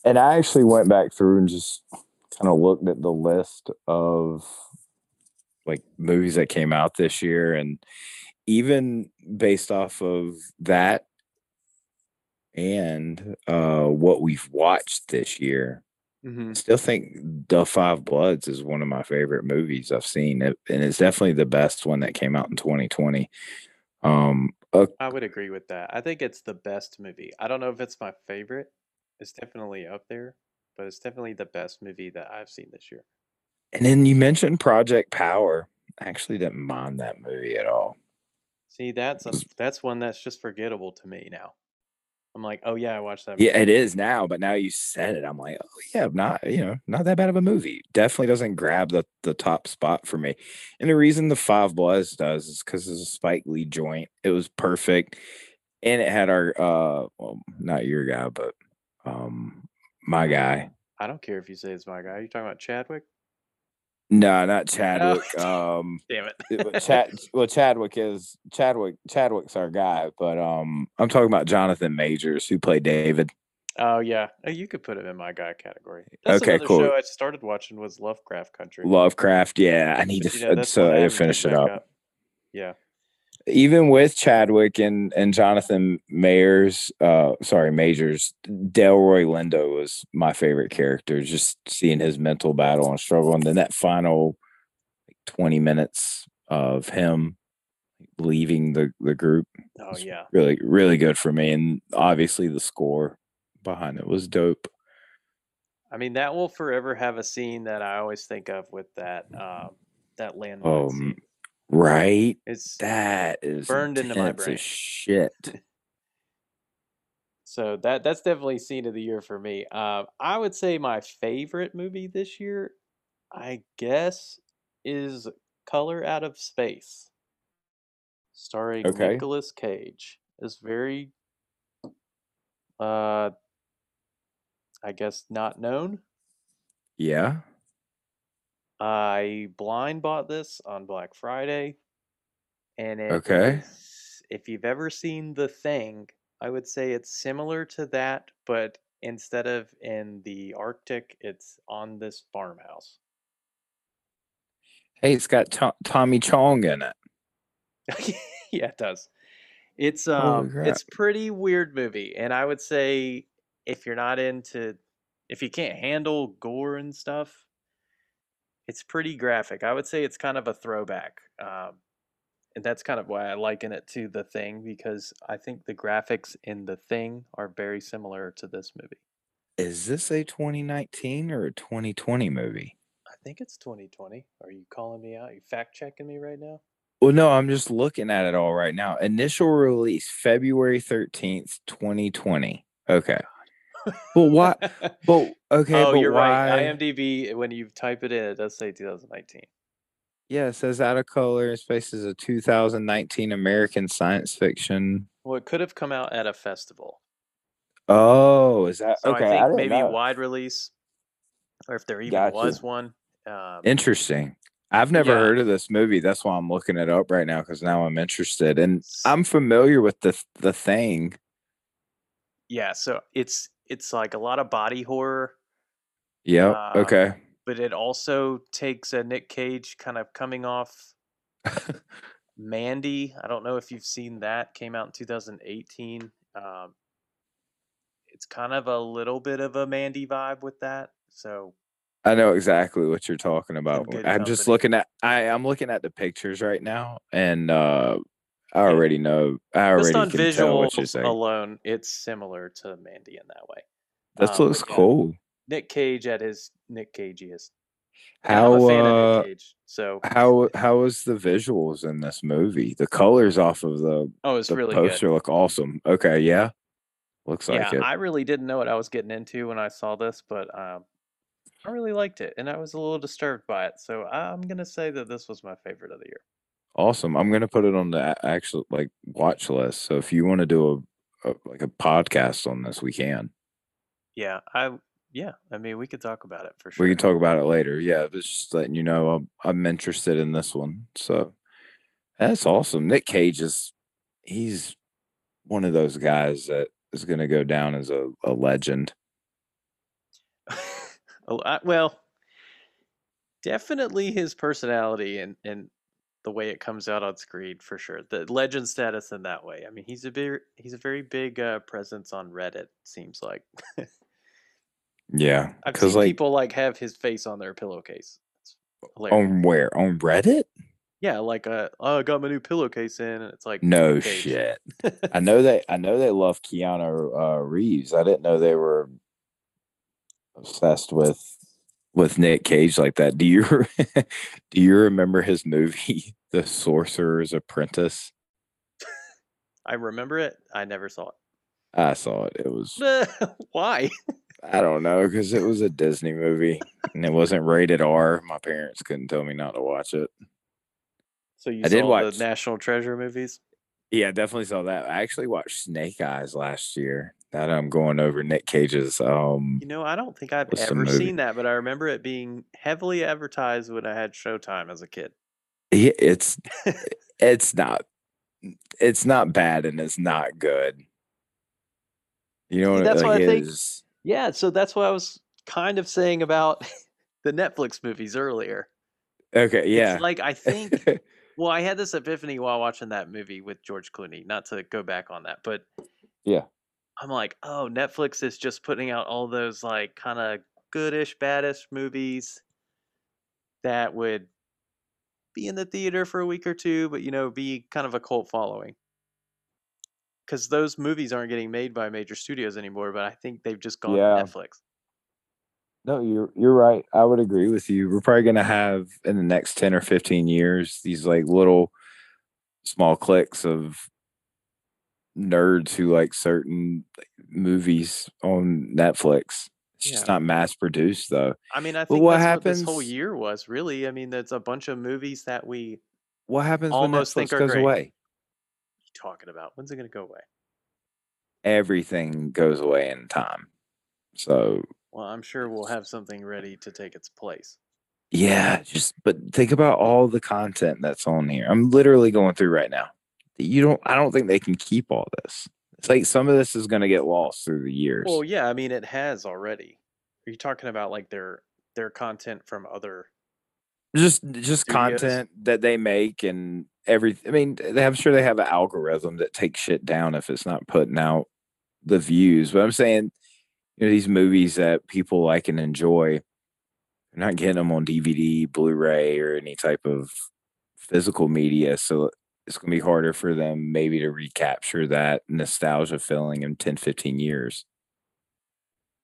[SPEAKER 2] and I actually went back through and just kind of looked at the list of like movies that came out this year, and even based off of that and uh, what we've watched this year,
[SPEAKER 3] Mm-hmm.
[SPEAKER 2] I still think The Five Bloods is one of my favorite movies I've seen, it- and it's definitely the best one that came out in 2020. Um, uh,
[SPEAKER 3] I would agree with that. I think it's the best movie. I don't know if it's my favorite. It's definitely up there, but it's definitely the best movie that I've seen this year.
[SPEAKER 2] and then you mentioned Project Power. I actually didn't mind that movie at all.
[SPEAKER 3] See, that's a,
[SPEAKER 2] S-
[SPEAKER 3] that's one that's just forgettable to me now. I'm like, oh yeah, I watched that.
[SPEAKER 2] Yeah, it is now, but now you said it. I'm like, oh yeah, not you know, not that bad of a movie. Definitely doesn't grab the the top spot for me. And the reason the Five Bloods does is because it's a Spike Lee joint. It was perfect, and it had our uh, well, not your guy, but um, my guy.
[SPEAKER 3] I don't care if you say it's my guy. Are you talking about Chadwick?
[SPEAKER 2] No, not
[SPEAKER 3] Oh.
[SPEAKER 2] Chadwick. Um,
[SPEAKER 3] Damn
[SPEAKER 2] it- well,
[SPEAKER 3] it.
[SPEAKER 2] Chad, well, Chadwick is Chadwick. Chadwick's our guy, but um, I'm talking about Jonathan Majors, who played David.
[SPEAKER 3] oh yeah, Uh, you could put him in my guy category. That's
[SPEAKER 2] Okay,
[SPEAKER 3] another
[SPEAKER 2] cool.
[SPEAKER 3] show I started watching was Lovecraft Country.
[SPEAKER 2] Lovecraft. Yeah, I need
[SPEAKER 3] But,
[SPEAKER 2] to.
[SPEAKER 3] you
[SPEAKER 2] f- uh,
[SPEAKER 3] know, that's
[SPEAKER 2] so I
[SPEAKER 3] one I
[SPEAKER 2] need to
[SPEAKER 3] haven't picked
[SPEAKER 2] finish it
[SPEAKER 3] back
[SPEAKER 2] up.
[SPEAKER 3] Yeah,
[SPEAKER 2] Even with Chadwick and and Jonathan Mayers, uh, sorry Majors, Delroy Lindo was my favorite character. Just seeing his mental battle and struggle, and then that final like, twenty minutes of him leaving the the group
[SPEAKER 3] oh
[SPEAKER 2] It's
[SPEAKER 3] yeah.
[SPEAKER 2] really really good for me. And obviously the score behind it was dope.
[SPEAKER 3] I mean, that will forever have a scene that I always think of with that um, that landmine
[SPEAKER 2] Oh, m-
[SPEAKER 3] scene.
[SPEAKER 2] Right,
[SPEAKER 3] It's
[SPEAKER 2] that is
[SPEAKER 3] Burned into my
[SPEAKER 2] intense as
[SPEAKER 3] brain.
[SPEAKER 2] Shit.
[SPEAKER 3] so that that's definitely scene of the year for me. Um, I would say my favorite movie this year, I guess, is Color Out of Space, starring
[SPEAKER 2] Okay.
[SPEAKER 3] Nicolas Cage. It's very, uh, I guess, not known.
[SPEAKER 2] Yeah.
[SPEAKER 3] I blind bought this on Black Friday, and it
[SPEAKER 2] Okay.
[SPEAKER 3] is- if you've ever seen The Thing, I would say it's similar to that, but instead of in the Arctic, it's on this farmhouse.
[SPEAKER 2] Hey, it's got To- Tommy Chong in it.
[SPEAKER 3] yeah, it does. It's
[SPEAKER 2] Holy
[SPEAKER 3] um,
[SPEAKER 2] crap.
[SPEAKER 3] it's pretty weird movie, and I would say if you're not into, if you can't handle gore and stuff, it's pretty graphic. I would say it's kind of a throwback, um, and that's kind of why I liken it to The Thing because I think the graphics in The Thing are very similar to this movie.
[SPEAKER 2] Is this a 2019 or a 2020 movie?
[SPEAKER 3] I think it's 2020. Are you calling me out? you fact checking me right now?
[SPEAKER 2] Well, no, I'm just looking at it all right now. Initial release February 13th, 2020. Okay. But why? But okay.
[SPEAKER 3] oh,
[SPEAKER 2] but
[SPEAKER 3] you're
[SPEAKER 2] why,
[SPEAKER 3] right. IMDb, when you type it in, it does say 2019.
[SPEAKER 2] Yeah, it says Out of Color in Space is a 2019 American science fiction.
[SPEAKER 3] Well, it could have come out at a festival.
[SPEAKER 2] Oh, is that
[SPEAKER 3] So
[SPEAKER 2] okay? I
[SPEAKER 3] I
[SPEAKER 2] didn't
[SPEAKER 3] think maybe
[SPEAKER 2] know.
[SPEAKER 3] wide release, or if there even
[SPEAKER 2] Gotcha.
[SPEAKER 3] was one. Um,
[SPEAKER 2] Interesting. I've never
[SPEAKER 3] Yeah.
[SPEAKER 2] heard of this movie. That's why I'm looking it up right now because now I'm interested, and I'm familiar with the the thing.
[SPEAKER 3] yeah, so it's it's like a lot of body horror,
[SPEAKER 2] Yep.
[SPEAKER 3] Um,
[SPEAKER 2] okay.
[SPEAKER 3] but it also takes a Nick Cage kind of coming off Mandy. I don't know if you've seen that. Came out in 2018. Um, it's kind of a little bit of a Mandy vibe with that. So
[SPEAKER 2] I know exactly what you're talking about.
[SPEAKER 3] good
[SPEAKER 2] I'm just
[SPEAKER 3] company.
[SPEAKER 2] looking at I I'm looking at the pictures right now, and uh I already know. I already
[SPEAKER 3] just on
[SPEAKER 2] can tell
[SPEAKER 3] visual
[SPEAKER 2] what you're saying.
[SPEAKER 3] alone, it's similar to Mandy in that way.
[SPEAKER 2] This
[SPEAKER 3] um, but
[SPEAKER 2] looks
[SPEAKER 3] yeah.
[SPEAKER 2] cool.
[SPEAKER 3] Nick Cage at his Nick Cageiest. And
[SPEAKER 2] How
[SPEAKER 3] I'm a fan of
[SPEAKER 2] uh
[SPEAKER 3] Nick Cage. So
[SPEAKER 2] how how is the visuals in this movie? The colors off of the
[SPEAKER 3] oh, it's
[SPEAKER 2] the
[SPEAKER 3] really
[SPEAKER 2] poster
[SPEAKER 3] good.
[SPEAKER 2] look awesome. Okay, yeah, looks
[SPEAKER 3] yeah,
[SPEAKER 2] like it.
[SPEAKER 3] I really didn't know what I was getting into when I saw this, but um, I really liked it, and I was a little disturbed by it. So I'm gonna say that this was my favorite of the year.
[SPEAKER 2] Awesome. I'm gonna put it on the a- actual like watch list. So if you want to do a, a like a podcast on this, we can.
[SPEAKER 3] Yeah, I yeah, I mean we could talk about it for sure.
[SPEAKER 2] We can talk about it later. Yeah, but just letting you know, I'm, I'm interested in this one. So that's awesome. Nick Cage is he's one of those guys that is going to go down as a, a legend.
[SPEAKER 3] a lot, well, definitely his personality and and the way it comes out on screen for sure. The legend status in that way. I mean, he's a very he's a very big uh, presence on Reddit. Seems like
[SPEAKER 2] Yeah,
[SPEAKER 3] I've
[SPEAKER 2] because
[SPEAKER 3] seen
[SPEAKER 2] like
[SPEAKER 3] people like have his face on their pillowcase. It's hilarious.
[SPEAKER 2] on where on Reddit?
[SPEAKER 3] yeah, like uh, oh, I got my new pillowcase in, and it's like
[SPEAKER 2] No
[SPEAKER 3] Nick Cage.
[SPEAKER 2] shit. I know they I know they love Keanu uh, Reeves. I didn't know they were obsessed with with Nick Cage like that. Do you re- do you remember his movie The Sorcerer's Apprentice?
[SPEAKER 3] I remember it. I never saw
[SPEAKER 2] I saw it. It was
[SPEAKER 3] it. Why?
[SPEAKER 2] I don't know because it was a Disney movie and it wasn't rated R. My parents couldn't tell me not to watch it.
[SPEAKER 3] So you
[SPEAKER 2] I
[SPEAKER 3] saw
[SPEAKER 2] did watch-
[SPEAKER 3] the National Treasure movies?
[SPEAKER 2] Yeah, I definitely saw that. I actually watched Snake Eyes last year. Now that I'm going over Nick Cage's, um,
[SPEAKER 3] You know, I don't think I've
[SPEAKER 2] What's the
[SPEAKER 3] ever
[SPEAKER 2] movie?
[SPEAKER 3] seen that, but I remember it being heavily advertised when I had Showtime as a kid.
[SPEAKER 2] yeah, it's it's not it's not bad and it's not good. You know
[SPEAKER 3] See,
[SPEAKER 2] what
[SPEAKER 3] that's
[SPEAKER 2] like,
[SPEAKER 3] what I think-
[SPEAKER 2] it's-
[SPEAKER 3] Yeah, so that's what I was kind of saying about the Netflix movies earlier.
[SPEAKER 2] Okay, yeah.
[SPEAKER 3] It's like I think well, I had this epiphany while watching that movie with George Clooney, not to go back on that, but
[SPEAKER 2] Yeah.
[SPEAKER 3] I'm like, "Oh, Netflix is just putting out all those like kind of goodish, baddish movies that would be in the theater for a week or two, but you know, be kind of a cult following." Cuz those movies aren't getting made by major studios anymore, but I think they've just gone
[SPEAKER 2] Yeah.
[SPEAKER 3] to Netflix.
[SPEAKER 2] No, you're you're right. I would agree with you. We're probably gonna have in the next ten or fifteen years these like little small cliques of nerds who like certain like, movies on Netflix. It's just
[SPEAKER 3] Yeah.
[SPEAKER 2] not mass produced though.
[SPEAKER 3] I mean, I
[SPEAKER 2] Well,
[SPEAKER 3] think
[SPEAKER 2] what
[SPEAKER 3] that's what this whole
[SPEAKER 2] happens-
[SPEAKER 3] year was really. I mean, that's a bunch of movies that we
[SPEAKER 2] What happens
[SPEAKER 3] Almost
[SPEAKER 2] when
[SPEAKER 3] think
[SPEAKER 2] Netflix
[SPEAKER 3] are
[SPEAKER 2] goes
[SPEAKER 3] great.
[SPEAKER 2] away?
[SPEAKER 3] talking about. When's it going to go away?
[SPEAKER 2] Everything goes away in time. So
[SPEAKER 3] Well, I'm sure we'll have something ready to take its place.
[SPEAKER 2] Yeah, just but think about all the content that's on here. I'm literally going through right now. You don't I don't think they can keep all this. It's like some of this is going to get lost through the years.
[SPEAKER 3] Well, yeah, I mean, it has already. Are you talking about like their their content from other?
[SPEAKER 2] just just
[SPEAKER 3] Studios.
[SPEAKER 2] content that they make and every I mean, they, I'm sure they have an algorithm that takes shit down if it's not putting out the views. But I'm saying you know these movies that people like and enjoy They're not getting them on DVD, Blu-ray, or any type of physical media, so it's going to be harder for them maybe to recapture that nostalgia feeling in 10, 15 years.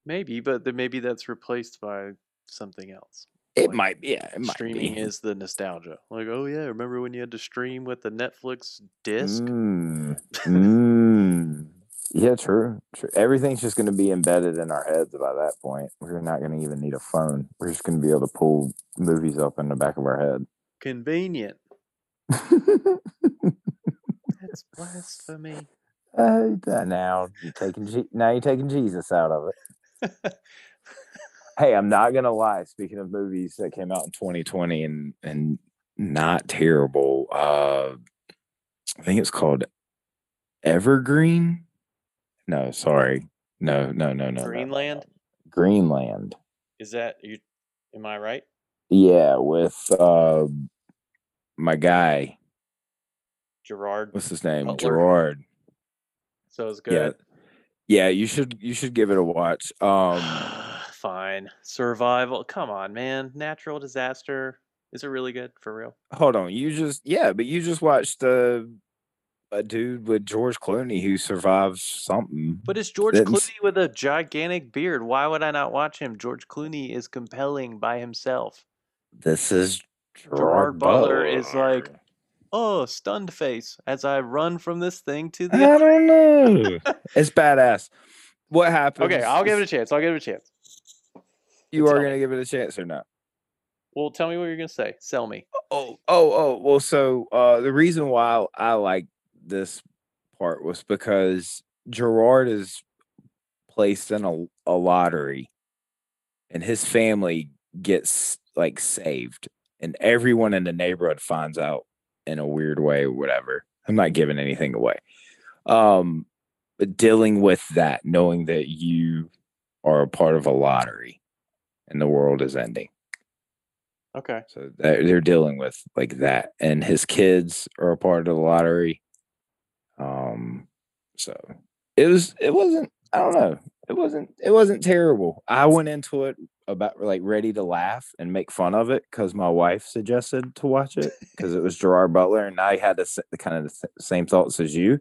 [SPEAKER 3] Maybe, but then maybe that's replaced by something else.
[SPEAKER 2] It
[SPEAKER 3] Like,
[SPEAKER 2] might, yeah, it might
[SPEAKER 3] Streaming
[SPEAKER 2] be.
[SPEAKER 3] is the nostalgia. Like, oh yeah, remember when you had to stream with the Netflix disc?
[SPEAKER 2] Mm,
[SPEAKER 1] Mm. Yeah, true, true. Everything's just going to be embedded in our heads by that point. We're not going to even need a phone. We're just going to be able to pull movies up in the back of our head.
[SPEAKER 3] Convenient. That's blasphemy.
[SPEAKER 1] uh, now you're taking Je- now you're taking Jesus out of it. Hey, I'm not gonna lie. Speaking of movies that came
[SPEAKER 2] came out in 2020 and and not terrible. Uh, I think it's called Evergreen. No, sorry, no, no, no, no, no. no,
[SPEAKER 3] Greenland?
[SPEAKER 2] no. Greenland.
[SPEAKER 3] Is that you? Am I right?
[SPEAKER 2] Yeah, with uh, my guy.
[SPEAKER 3] Gerard.
[SPEAKER 2] What's his name?
[SPEAKER 3] Butler.
[SPEAKER 2] Gerard.
[SPEAKER 3] So it's
[SPEAKER 2] Yeah,
[SPEAKER 3] good.
[SPEAKER 2] yeah. You should you should give it a watch. Um,
[SPEAKER 3] Fine. Survival. Come on, man. Natural disaster. Is it really good for real?
[SPEAKER 2] hold on. You just yeah, but you just watched uh, a dude with George Clooney who survives something.
[SPEAKER 3] But it's George
[SPEAKER 2] Didn't s-
[SPEAKER 3] Clooney with a gigantic beard. Why would I not watch him? George Clooney is compelling by himself.
[SPEAKER 2] This is
[SPEAKER 3] Gerard Butler is like, Oh, stunned face as I run from this thing to the.
[SPEAKER 2] I
[SPEAKER 3] other."
[SPEAKER 2] don't know. it's badass. What happens?
[SPEAKER 3] Okay, I'll give it a
[SPEAKER 2] is-
[SPEAKER 3] chance. I'll give it a chance.
[SPEAKER 2] You are
[SPEAKER 3] tell
[SPEAKER 2] going to give it a chance or not?
[SPEAKER 3] Well, tell me what you're gonna say. Sell me.
[SPEAKER 2] Oh, oh, oh. Well, so uh, the reason why I like this part was because Gerard is placed in a, a lottery, and his family gets like saved, and everyone in the neighborhood finds out in a weird way, or whatever. I'm not giving anything away. Um, but dealing with that, knowing that you are a part of a lottery, and the world is ending. Oh.
[SPEAKER 3] Okay.
[SPEAKER 2] So they're, they're dealing with like that, and his kids are a part of the lottery. Um, so it was. It wasn't. I don't know. It wasn't. It wasn't terrible. I went into it about like ready to laugh and make fun of it because my wife suggested to watch it because it was Gerard Butler, and I had the, sa- the kind of the sa- same thoughts as you.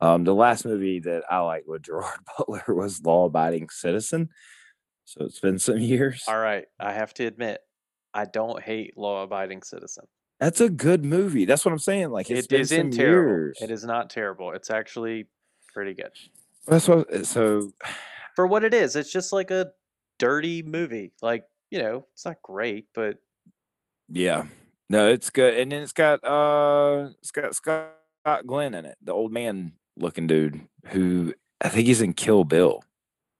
[SPEAKER 2] Um, the last movie that I liked with Gerard Butler was Law Abiding Citizen. So it's been some years.
[SPEAKER 3] All right. I have to admit, I don't hate law abiding citizen.
[SPEAKER 2] That's a good movie. That's what I'm saying. Like it's
[SPEAKER 3] It
[SPEAKER 2] been
[SPEAKER 3] isn't
[SPEAKER 2] some
[SPEAKER 3] terrible.
[SPEAKER 2] years.
[SPEAKER 3] It is not terrible. It's actually pretty good.
[SPEAKER 2] That's what. eh, So
[SPEAKER 3] For what it is, it's just like a dirty movie. Like, you know, it's not great, but
[SPEAKER 2] yeah, no, it's good. And then it's got uh, it's got Scott Glenn in it, the old man looking dude who I think he's in Kill Bill.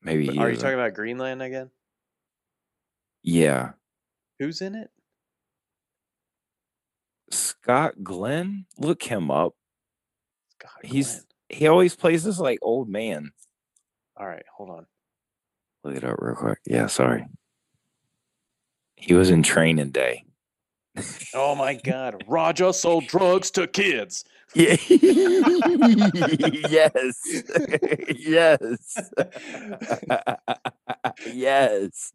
[SPEAKER 2] Maybe.
[SPEAKER 3] but
[SPEAKER 2] he
[SPEAKER 3] are you
[SPEAKER 2] isn't.
[SPEAKER 3] talking about Greenland again?
[SPEAKER 2] Yeah,
[SPEAKER 3] Who's in it?
[SPEAKER 2] Scott Glenn. Look him up.
[SPEAKER 3] God,
[SPEAKER 2] He's-
[SPEAKER 3] Glenn.
[SPEAKER 2] He always plays this like old man.
[SPEAKER 3] All right, hold on.
[SPEAKER 2] Look it up real quick. Yeah, sorry. He was in Training Day.
[SPEAKER 3] Oh my god, Roger sold drugs to kids.
[SPEAKER 2] Yeah. yes. yes. yes.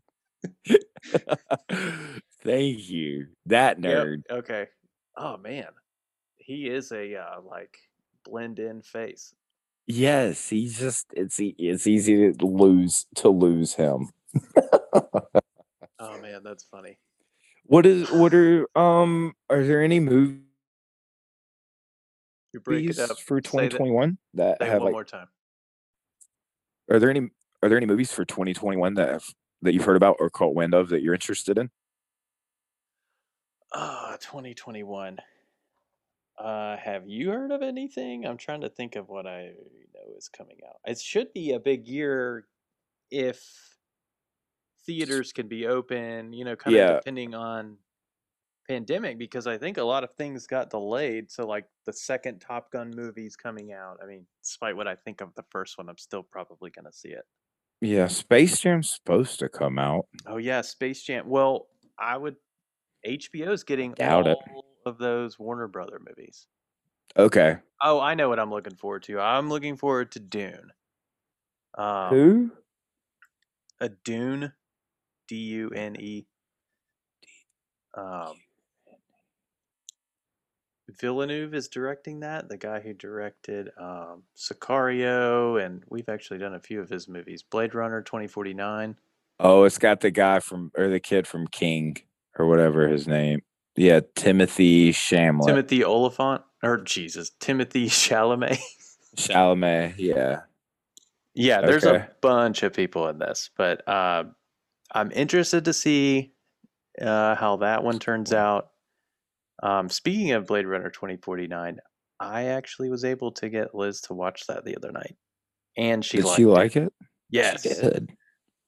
[SPEAKER 2] Thank you. That
[SPEAKER 3] Yep,
[SPEAKER 2] nerd.
[SPEAKER 3] Okay. Oh man. He is a uh, like blend in face.
[SPEAKER 2] Yes, he's just it's e- it's easy to lose to lose him.
[SPEAKER 3] Oh man, that's funny.
[SPEAKER 2] What is what are um are there any movies
[SPEAKER 3] You break it up.
[SPEAKER 2] for
[SPEAKER 3] Say that-
[SPEAKER 2] 2021 that,
[SPEAKER 3] Say it
[SPEAKER 2] have
[SPEAKER 3] one
[SPEAKER 2] like
[SPEAKER 3] more time.
[SPEAKER 2] are there any are there any movies for 2021 that have, that you've heard about or caught wind of that you're interested in?
[SPEAKER 3] Ah, 2021. Uh, have you heard of anything? I'm trying to think of what I know is coming out. It should be a big year if theaters can be open, you know, kind of
[SPEAKER 2] Yeah.
[SPEAKER 3] depending on pandemic because I think a lot of things got delayed. So like the second Top Gun movie's coming out. I mean, despite what I think of the first one, I'm still probably going to see it.
[SPEAKER 2] Yeah, Space Jam's supposed to come out.
[SPEAKER 3] Oh yeah, Space Jam. Well, I would HBO's getting
[SPEAKER 2] doubt
[SPEAKER 3] all
[SPEAKER 2] it.
[SPEAKER 3] of those Warner Brother movies.
[SPEAKER 2] Okay.
[SPEAKER 3] Oh, I know what I'm looking forward to. I'm looking forward to Dune. Um,
[SPEAKER 2] Who?
[SPEAKER 3] A Dune, D U N E. Um, Villeneuve is directing that. The guy who directed um, Sicario, and we've actually done a few of his movies. Blade Runner 2049.
[SPEAKER 2] Oh, it's got the guy from or the kid from King or whatever his name. Yeah, Timothy Shamlet.
[SPEAKER 3] Timothy Oliphant, or Jesus, Timothy Chalamet.
[SPEAKER 2] Chalamet. Yeah.
[SPEAKER 3] yeah, there's
[SPEAKER 2] Okay.
[SPEAKER 3] a bunch of people in this, but uh, I'm interested to see uh, how that one turns out. Um, speaking of Blade Runner 2049, I actually was able to get Liz to watch that the other night, and she
[SPEAKER 2] Did
[SPEAKER 3] liked
[SPEAKER 2] she
[SPEAKER 3] it.
[SPEAKER 2] like it?
[SPEAKER 3] Yes,
[SPEAKER 2] She
[SPEAKER 3] was
[SPEAKER 2] did.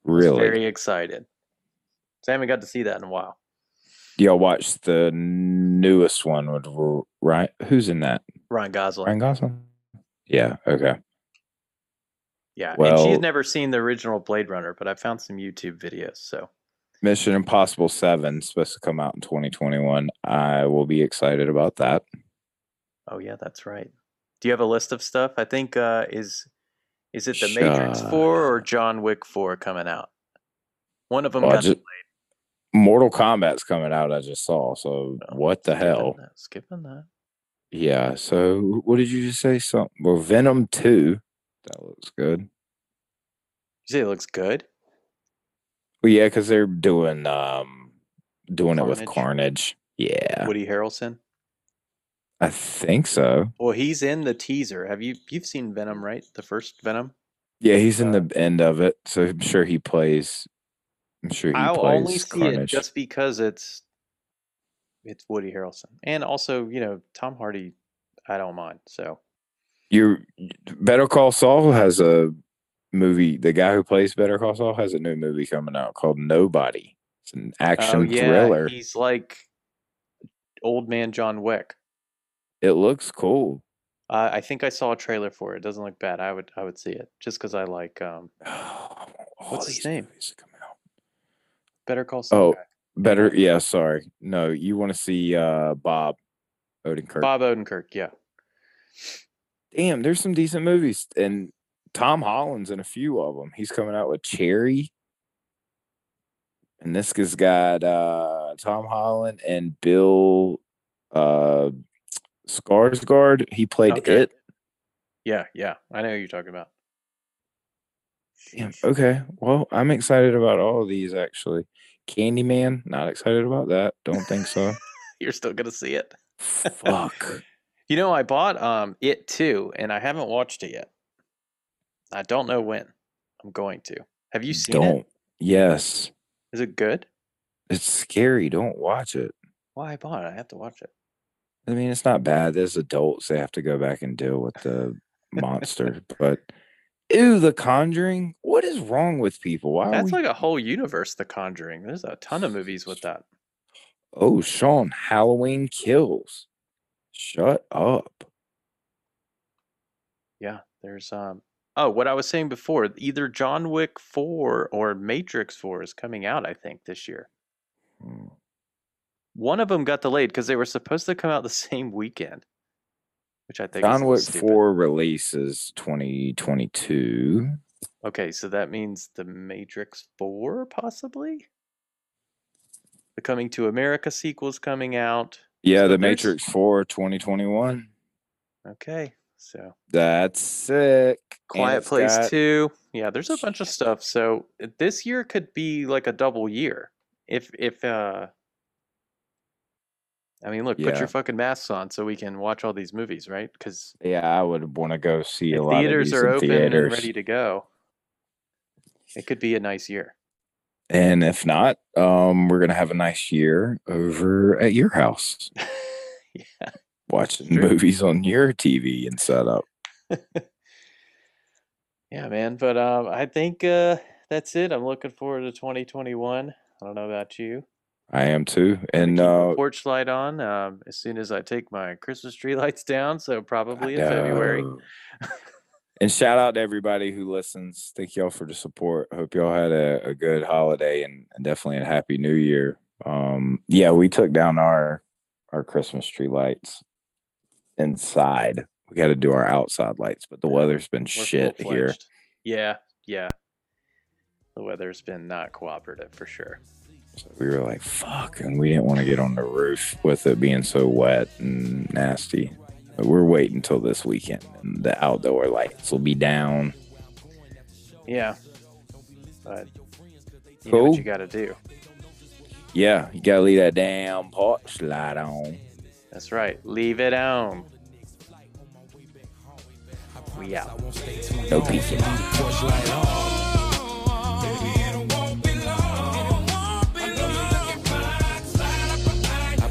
[SPEAKER 2] Really?
[SPEAKER 3] very excited. So I haven't got to see that in a while.
[SPEAKER 2] Y'all watched the newest one with R- Ryan. Who's in that?
[SPEAKER 3] Ryan Gosling.
[SPEAKER 2] Ryan Gosling. Yeah. Okay.
[SPEAKER 3] yeah, and she
[SPEAKER 2] well-
[SPEAKER 3] had never seen the original Blade Runner, but I found some YouTube videos. So
[SPEAKER 2] Mission Impossible Seven supposed to come out in 2021. I will be excited about that.
[SPEAKER 3] Oh yeah, that's right. Do you have a list of stuff? I think uh, is is it the Matrix
[SPEAKER 2] Shush.
[SPEAKER 3] Four or John Wick Four coming out? One of them
[SPEAKER 2] Well, I
[SPEAKER 3] got
[SPEAKER 2] ju- Mortal Kombat's coming out. I just saw. So
[SPEAKER 3] Oh,
[SPEAKER 2] what the
[SPEAKER 3] skipping
[SPEAKER 2] hell?
[SPEAKER 3] that, skipping that.
[SPEAKER 2] Yeah. So what did you just say? Something. Well, Venom Two. That looks good.
[SPEAKER 3] You say it looks good.
[SPEAKER 2] Well, yeah, because they're doing um doing it with
[SPEAKER 3] Carnage?
[SPEAKER 2] Carnage. Yeah,
[SPEAKER 3] Woody Harrelson.
[SPEAKER 2] I think so.
[SPEAKER 3] Well, he's in the teaser. Have you you've seen Venom, right? The first Venom.
[SPEAKER 2] Yeah, he's in
[SPEAKER 3] Uh,
[SPEAKER 2] the end of it, so I'm sure he plays. I'm sure he
[SPEAKER 3] I'll
[SPEAKER 2] plays
[SPEAKER 3] only see it
[SPEAKER 2] Carnage.
[SPEAKER 3] just because it's it's Woody Harrelson, and also you know Tom Hardy. I don't mind. So
[SPEAKER 2] You Better Call Saul has a movie. The guy who plays Better Call Saul has a new movie coming out called Nobody. It's an action
[SPEAKER 3] oh yeah,
[SPEAKER 2] thriller.
[SPEAKER 3] he's like old man John Wick.
[SPEAKER 2] It looks cool.
[SPEAKER 3] Uh, I think I saw a trailer for it. It doesn't look bad. I would I would see it just because I like um,
[SPEAKER 2] What's
[SPEAKER 3] his name? Better Call
[SPEAKER 2] Oh,
[SPEAKER 3] Saul. guy.
[SPEAKER 2] Better, yeah. Sorry, no. You want to see uh Bob Odenkirk?
[SPEAKER 3] Bob Odenkirk. Yeah,
[SPEAKER 2] damn, there's some decent movies, and Tom Holland's in a few of them. He's coming out with Cherry, and this has got uh, Tom Holland and Bill uh, Skarsgård. He played
[SPEAKER 3] Okay.
[SPEAKER 2] it.
[SPEAKER 3] yeah, yeah. I know who you're talking about.
[SPEAKER 2] Damn, okay, well, I'm excited about all of these actually. Candyman, not excited about that. Don't think so.
[SPEAKER 3] You're still gonna see it.
[SPEAKER 2] Fuck.
[SPEAKER 3] You know, I bought um it too, and I haven't watched it yet. I don't know when I'm going to. Have you seen
[SPEAKER 2] Don't.
[SPEAKER 3] it?
[SPEAKER 2] Yes,
[SPEAKER 3] Is it good?
[SPEAKER 2] it's scary. Don't watch it.
[SPEAKER 3] Well, I bought it. I have to watch it.
[SPEAKER 2] I mean, it's not bad. As adults, they have to go back and deal with the monster. But ew, The Conjuring. What is wrong with people? Why
[SPEAKER 3] That's
[SPEAKER 2] are we?
[SPEAKER 3] like a whole universe, The Conjuring. There's a ton of movies with that.
[SPEAKER 2] oh, Sean, Halloween kills. Shut up.
[SPEAKER 3] Yeah, there's um oh, what I was saying before, either John Wick 4 or Matrix 4 is coming out I think this year.
[SPEAKER 2] Hmm.
[SPEAKER 3] Mm, One of them got delayed cuz they were supposed to come out the same weekend, which I think is
[SPEAKER 2] John Wick
[SPEAKER 3] stupid.
[SPEAKER 2] Four releases twenty twenty two.
[SPEAKER 3] Okay, so that means the Matrix 4 possibly? The Coming to America sequel's coming out.
[SPEAKER 2] Yeah,
[SPEAKER 3] So
[SPEAKER 2] The
[SPEAKER 3] there's-
[SPEAKER 2] Matrix 4 2021.
[SPEAKER 3] Okay. So
[SPEAKER 2] That's sick. And
[SPEAKER 3] Quiet
[SPEAKER 2] it's
[SPEAKER 3] Place
[SPEAKER 2] got-
[SPEAKER 3] 2. Yeah, there's a bunch of stuff. So uh, this year could be like a double year. If if uh I mean, look, put
[SPEAKER 2] Yeah.
[SPEAKER 3] your fucking masks on so we can watch all these movies, right? Cuz
[SPEAKER 2] Yeah, I would want to go see a lot of
[SPEAKER 3] theaters
[SPEAKER 2] these
[SPEAKER 3] are
[SPEAKER 2] in
[SPEAKER 3] open
[SPEAKER 2] theaters.
[SPEAKER 3] and ready to go. It could be a nice year.
[SPEAKER 2] And if not, um, we're gonna have a nice year over at your house,
[SPEAKER 3] yeah.
[SPEAKER 2] watching
[SPEAKER 3] True.
[SPEAKER 2] movies on your TV and setup.
[SPEAKER 3] Yeah, man, but um I think uh that's it. I'm looking forward to 2021. I don't know about you.
[SPEAKER 2] I am too, and
[SPEAKER 3] Keep my
[SPEAKER 2] uh,
[SPEAKER 3] porch light on um, as soon as I take my Christmas tree lights down, so probably in February.
[SPEAKER 2] no. and shout out to everybody who listens. Thank y'all for the support. Hope y'all had a, a good holiday and, and definitely a happy new year. Um, yeah, we took down our our Christmas tree lights inside. We got to do our outside lights, but the
[SPEAKER 3] Yeah,
[SPEAKER 2] weather's been
[SPEAKER 3] We're
[SPEAKER 2] shit here.
[SPEAKER 3] full-fledged. Yeah, yeah. The weather's been not cooperative for sure.
[SPEAKER 2] So we were like, fuck. And we didn't want to get on the roof with it being so wet and nasty. But we're waiting until this weekend. And the outdoor lights will be down.
[SPEAKER 3] Yeah. But you know
[SPEAKER 2] Cool.
[SPEAKER 3] what you got to do.
[SPEAKER 2] Yeah, you got to leave that damn porch light on.
[SPEAKER 3] That's right. Leave it on. We out.
[SPEAKER 2] No peeking.
[SPEAKER 4] I'm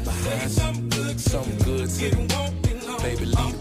[SPEAKER 4] behind some good, some good. Baby, leave